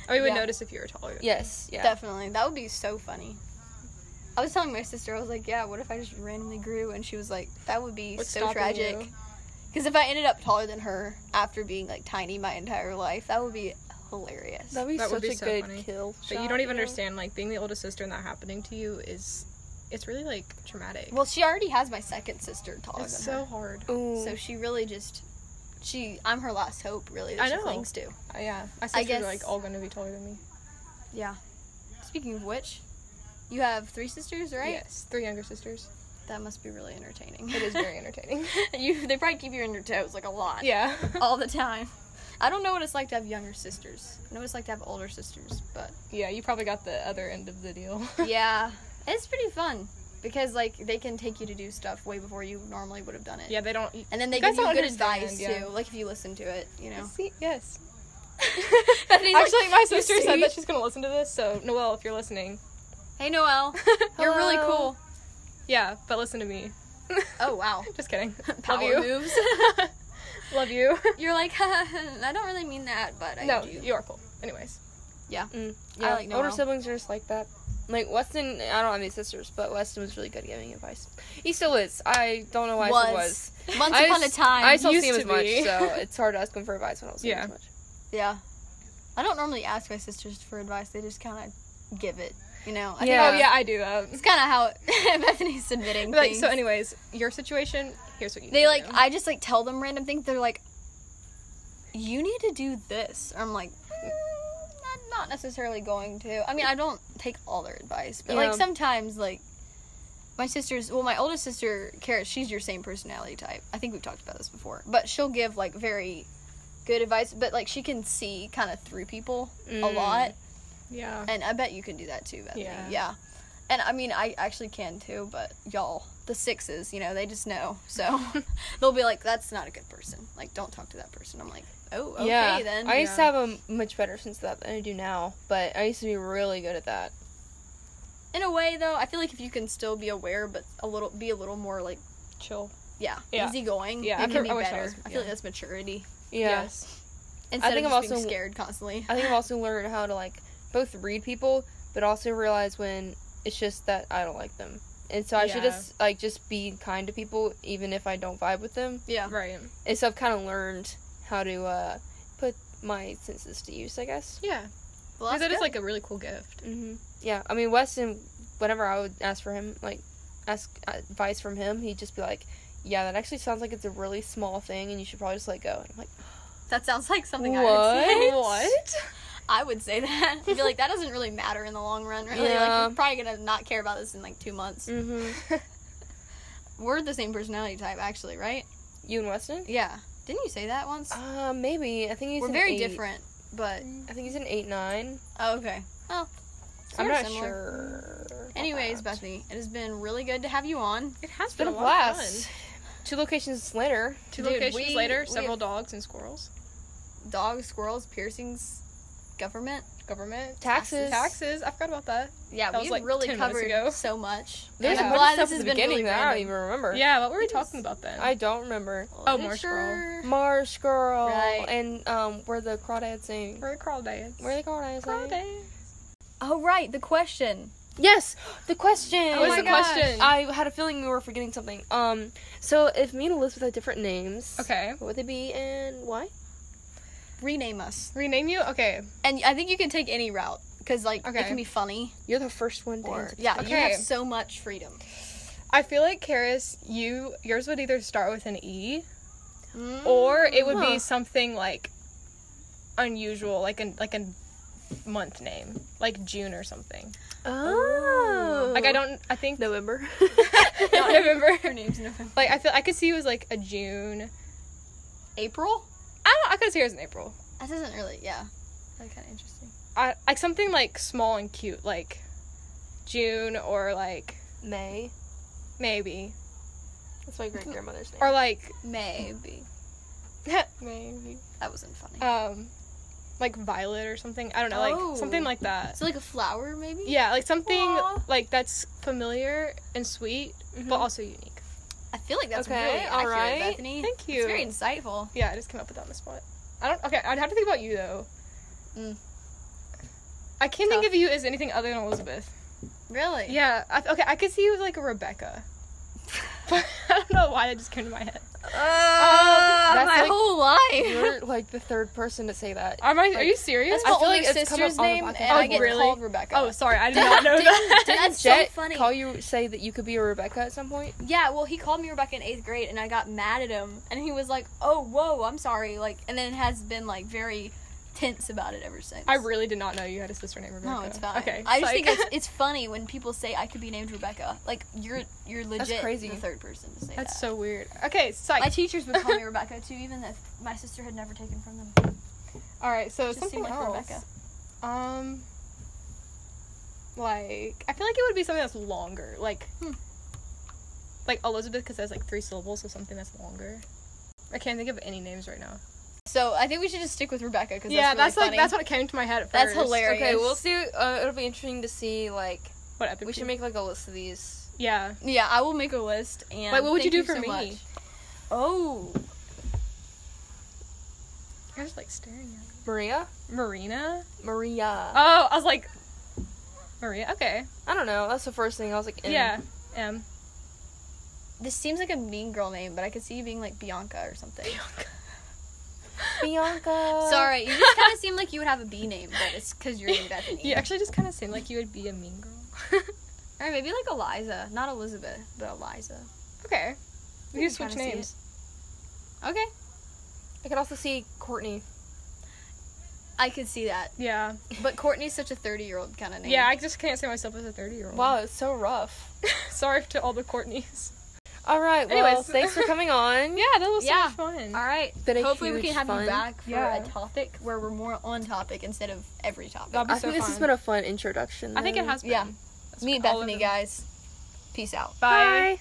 S3: Or you would
S1: Yeah.
S3: notice if you were taller.
S2: Yes, yeah.
S1: Definitely. That would be so funny. I was telling my sister, I was like, yeah, what if I just randomly grew? And she was like, that would be
S3: What's
S1: so
S3: stopping
S1: tragic.
S3: you?
S1: Because if I ended up taller than her after being like tiny my entire life, that would be hilarious.
S2: That'd be
S3: That would
S2: such
S3: be
S2: a
S3: so
S2: good
S3: funny.
S2: kill.
S3: But you
S2: shot,
S3: don't even
S2: know?
S3: understand, like, being the oldest sister and that happening to you is it's really like traumatic.
S1: Well, she already has my second sister taller
S3: it's
S1: than
S3: so hard.
S1: her,
S2: Ooh.
S1: so she really just she. I'm her last hope, really. That
S3: I
S1: she
S3: know.
S1: clings to.
S3: Uh, yeah, my
S1: I
S3: sisters are
S1: guess-
S3: like all gonna be taller than me.
S1: Yeah. Speaking of which, you have three sisters, right?
S3: Yes, three younger sisters.
S1: That must be really entertaining.
S3: It is very entertaining.
S1: you they probably keep you on your toes like a lot.
S3: yeah.
S1: All the time. I don't know what it's like to have younger sisters. I know what it's like to have older sisters, but
S3: Yeah, you probably got the other end of the deal.
S1: yeah, it's pretty fun because like they can take you to do stuff way before you normally would have done it.
S3: yeah, they don't. e-
S1: And then they
S3: You guys
S1: give you
S3: don't
S1: good
S3: understand,
S1: advice
S3: yeah.
S1: too, like if you listen to it, you know.
S3: See, yes.
S1: Bethany's like,
S3: Actually, my
S1: "You
S3: sister
S1: see?
S3: said that she's gonna listen to this, so Noelle, if you're listening,
S1: Hey Noelle, you're really
S2: Hello.
S1: cool.
S3: yeah, but listen to me.
S1: Oh wow.
S3: Just kidding.
S1: Power
S3: Love you.
S1: moves.
S3: Love you.
S1: You're like, I don't really mean that, but I
S3: no,
S1: do.
S3: you are cool. Anyways.
S1: Yeah.
S2: Mm,
S1: I
S2: yeah.
S1: like
S2: older
S1: Noelle.
S2: siblings are just like that. Like Weston, I don't have any sisters, but Weston was really good at giving advice. He still is. I don't know why he still was.
S1: was. Once
S2: I
S1: upon
S2: s-
S1: a time.
S2: I still
S3: used
S2: see him
S3: to
S2: as much,
S3: be.
S2: so it's hard to ask him for advice when I don't see
S3: Yeah.
S2: him as much.
S1: Yeah. I don't normally ask my sisters for advice. They just kind of give it, you know. I
S2: Yeah.
S1: Think
S3: Oh yeah, I do that.
S1: it's kind of how Bethany's submitting
S3: Like,
S1: things.
S3: so, anyways, your situation. Here's what you. need
S1: they
S3: to
S1: like
S3: do.
S1: I just like tell them random things. They're like, "You need to do this." I'm like, "Mm, I'm not necessarily going to. I mean, I don't take all their advice, but like
S2: Yeah.
S1: sometimes like. My sister's well, my oldest sister, Kara, she's your same personality type. I think we've talked about this before. But she'll give like very good advice, but like she can see kind of through people a
S2: Mm.
S1: lot.
S3: Yeah.
S1: And I bet you can do that too, Bethany. Yeah.
S3: Yeah.
S1: And I mean, I actually can too, but y'all, the sixes, you know, they just know. So they'll be like, that's not a good person. Like, don't talk to that person. I'm like, oh, okay
S2: yeah.
S1: then.
S2: I used to
S3: Yeah.
S2: have him much better since that than I do now, but I used to be really good at that.
S1: In a way, though, I feel like if you can still be aware, but a little, be a little more like,
S3: Chill.
S1: yeah,
S3: Yeah.
S1: easygoing.
S3: Yeah,
S1: it
S3: I
S1: can
S3: pre-
S1: be
S3: I wish I
S1: better. I,
S3: was-
S1: feel like
S3: yeah.
S1: that's maturity.
S2: Yeah.
S3: Yes.
S1: Instead
S2: think
S1: of
S2: I'm
S1: just being
S2: also-
S1: scared constantly.
S2: I think I've also learned how to like both read people, but also realize when it's just that I don't like them, and so I should
S3: Yeah.
S2: just like just be kind to people, even if I don't vibe with them.
S1: yeah.
S3: Right.
S2: And so I've kind of learned how to uh, put my senses to use, I guess.
S3: Yeah.
S1: Well, that's
S3: Because that is
S1: good.
S3: like a really cool gift.
S2: hmm Yeah, I mean Weston, whenever I would ask for him, like ask advice from him, he'd just be like, "Yeah, that actually sounds like it's a really small thing, and you should probably just let go." And I'm like,
S1: that sounds like something I would say.
S2: "What? What?"
S1: I would say that. I'd be like, that doesn't really matter in the long run, really.
S2: Yeah.
S1: Like, you're probably gonna not care about this in like two months.
S2: hmm
S1: We're the same personality type, actually, right?
S2: You and Weston?
S1: Yeah. Didn't you say that once?
S2: Uh, maybe. I think he's
S1: We're
S2: an
S1: very
S2: eight.
S1: different, but
S2: I think he's an eight nine.
S1: oh, okay. Well, so
S2: I'm
S1: we're
S2: not
S1: similar.
S2: sure. about
S1: Anyways,
S2: that.
S1: Bethany, it has been really good to have you on.
S3: It has
S2: it's been a
S3: lot of
S2: blast.
S3: fun.
S2: Two locations later.
S3: Two
S1: Dude,
S3: locations
S1: we-
S3: later,
S1: we
S3: several
S1: have-
S3: dogs and squirrels.
S1: Dogs, squirrels, piercings, government.
S3: Government.
S2: Taxes.
S3: Taxes. I forgot about that.
S1: Yeah,
S3: That was,
S1: we've
S3: like,
S1: really
S3: 10 minutes
S1: covered
S3: ago.
S1: so much.
S2: There's
S1: And
S2: a
S1: I'm
S2: bunch
S1: glad
S2: of stuff
S1: this
S2: at
S1: has
S2: the
S1: been really
S2: beginning that I don't
S1: random.
S2: even remember.
S3: Yeah, what were we
S1: It
S3: talking
S1: is.
S3: about then?
S2: I don't remember.
S3: Oh, more
S1: Literature.
S2: Mars Girl
S1: Right.
S2: and um, where the crawdads sing.
S3: We're at crawl dance.
S2: Where are the crawdads
S3: crawl
S2: sing?
S3: dance.
S1: Oh right, the question.
S2: Yes, the question.
S1: Oh
S3: What was
S1: my
S3: the
S1: gosh.
S3: question?
S2: I had a feeling we were forgetting something. Um, so if me and Elizabeth had different names,
S3: Okay.
S2: what would they be and why?
S1: Rename us,
S3: Rename you? Okay.
S1: and I think you can take any route because like
S3: Okay.
S1: it can be funny.
S2: You're the first one to
S1: Or
S2: answer.
S1: yeah, you
S3: Okay.
S1: have so much freedom.
S3: I feel like Karis, you yours would either start with an E or it would
S2: Huh.
S3: be something like unusual, like a like a month name, like June or something.
S2: Oh,
S3: Like I don't, I think
S2: November.
S3: not November.
S1: Her name's November.
S3: Like I feel, I could see you as like a June.
S1: April.
S3: I don't. I could see her as an April.
S1: That doesn't really. Yeah, that's kind of interesting.
S3: I like something like small and cute, like June or like
S2: May.
S3: maybe
S2: That's my great grandmother's name.
S3: or like
S1: Maybe
S2: maybe.
S1: that wasn't funny.
S3: um like Violet or something. I don't know, like
S1: Oh.
S3: something like that.
S1: so like a flower, maybe.
S3: Yeah, like something
S1: Aw.
S3: like that's familiar and sweet, but also unique.
S1: I feel like that's
S2: Okay,
S1: really
S2: all
S1: accurate,
S2: right.
S1: Bethany.
S3: Thank
S1: It's
S3: you.
S1: very insightful.
S3: Yeah, I just came up with that on the spot. I don't. Okay, I'd have to think about you though.
S1: Mm.
S3: I can't
S1: Tough.
S3: think of you as anything other than Elizabeth.
S1: Really.
S3: Yeah. I, okay, I could see you as like a Rebecca. But I don't know why why that just came to my head.
S1: that's Uh, my
S2: like-
S1: whole life.
S2: You're like the third person to say that.
S3: Am I? Are you serious?
S2: I
S1: my
S2: feel
S1: older
S2: like it's come up
S1: sister's
S2: on the
S1: name,
S2: podcast.
S1: and
S3: Oh,
S1: I get
S3: really?
S1: called Rebecca.
S3: Oh, sorry, I did not know that.
S2: Didn't
S1: That's so
S2: Jet
S1: funny.
S2: call you say that you could be a Rebecca at some point?
S1: Yeah, well, he called me Rebecca in eighth grade, and I got mad at him, and he was like, "Oh, whoa, I'm sorry," like, and then has been like very tense about it ever since.
S3: I really did not know you had a sister named Rebecca.
S1: No, it's fine.
S3: Okay,
S1: I just
S3: psych.
S1: think it's, it's funny when people say I could be named Rebecca. Like you're you're legit
S2: crazy.
S1: the third person to say
S3: that's
S1: that.
S3: so weird. Okay, psych.
S1: My teachers would call me Rebecca too, even if my sister had never taken from them.
S3: All right, so
S1: Just
S3: something
S1: seemed like
S3: else.
S1: Rebecca.
S3: Um, like I feel like it would be something that's longer, like
S1: Hmm.
S3: like Elizabeth, because that's like three syllables, so something that's longer. I can't think of any names right now.
S1: So I think we should just stick with Rebecca because
S3: Yeah,
S1: that's,
S3: that's, like
S1: really funny.
S3: that's what came to my head at
S1: That's
S3: first.
S1: hilarious.
S2: Okay, we'll see. Uh, it'll be interesting to see. Like,
S3: What epic
S2: we should
S3: people-
S2: make like a list of these.
S3: Yeah.
S1: Yeah, I will make a list and.
S3: Like, what would you
S1: thank
S3: do for
S1: so
S3: me?
S1: much. Oh,
S3: You guys are, like staring at me.
S2: Maria.
S3: Marina.
S2: Maria.
S3: Oh, I was like Maria. Okay.
S2: I don't know. That's the first thing I was like. in.
S3: Yeah. M.
S1: this seems like a mean girl name, but I could see you being like Bianca or something. Uh,
S2: Bianca.
S1: Sorry, you just kind of seem like you would have a B name, but it's because you're named after me.
S3: You actually just kind of seem like you would be a mean girl.
S1: Or maybe like Eliza, not Elizabeth, but Eliza.
S3: okay. We
S1: You
S3: can switch
S1: kinda see
S3: names.
S1: Okay,
S2: I could also see Courtney.
S1: I could see that.
S3: Yeah.
S1: But Courtney's such a 30 year old kind of name.
S3: Yeah, I just can't see myself as a 30 year old.
S2: Wow, it's so rough.
S3: Sorry to all the Courtneys.
S2: All right. Well,
S3: Anyways.
S2: thanks for coming on.
S3: Yeah, that was
S1: Yeah.
S3: so much fun.
S1: All right.
S2: Been a
S1: Hopefully, we
S2: huge
S1: can have
S2: fun.
S1: you back for
S3: Yeah.
S1: a topic where we're more on topic instead of every topic.
S3: That'd be
S2: I
S3: so
S2: think this has
S3: fun.
S2: been a fun introduction.
S3: I think it
S2: though.
S3: has been.
S1: Yeah.
S3: That's
S1: Me and
S3: all of
S1: Bethany,
S3: them.
S1: guys. Peace out.
S2: Bye.
S3: Bye.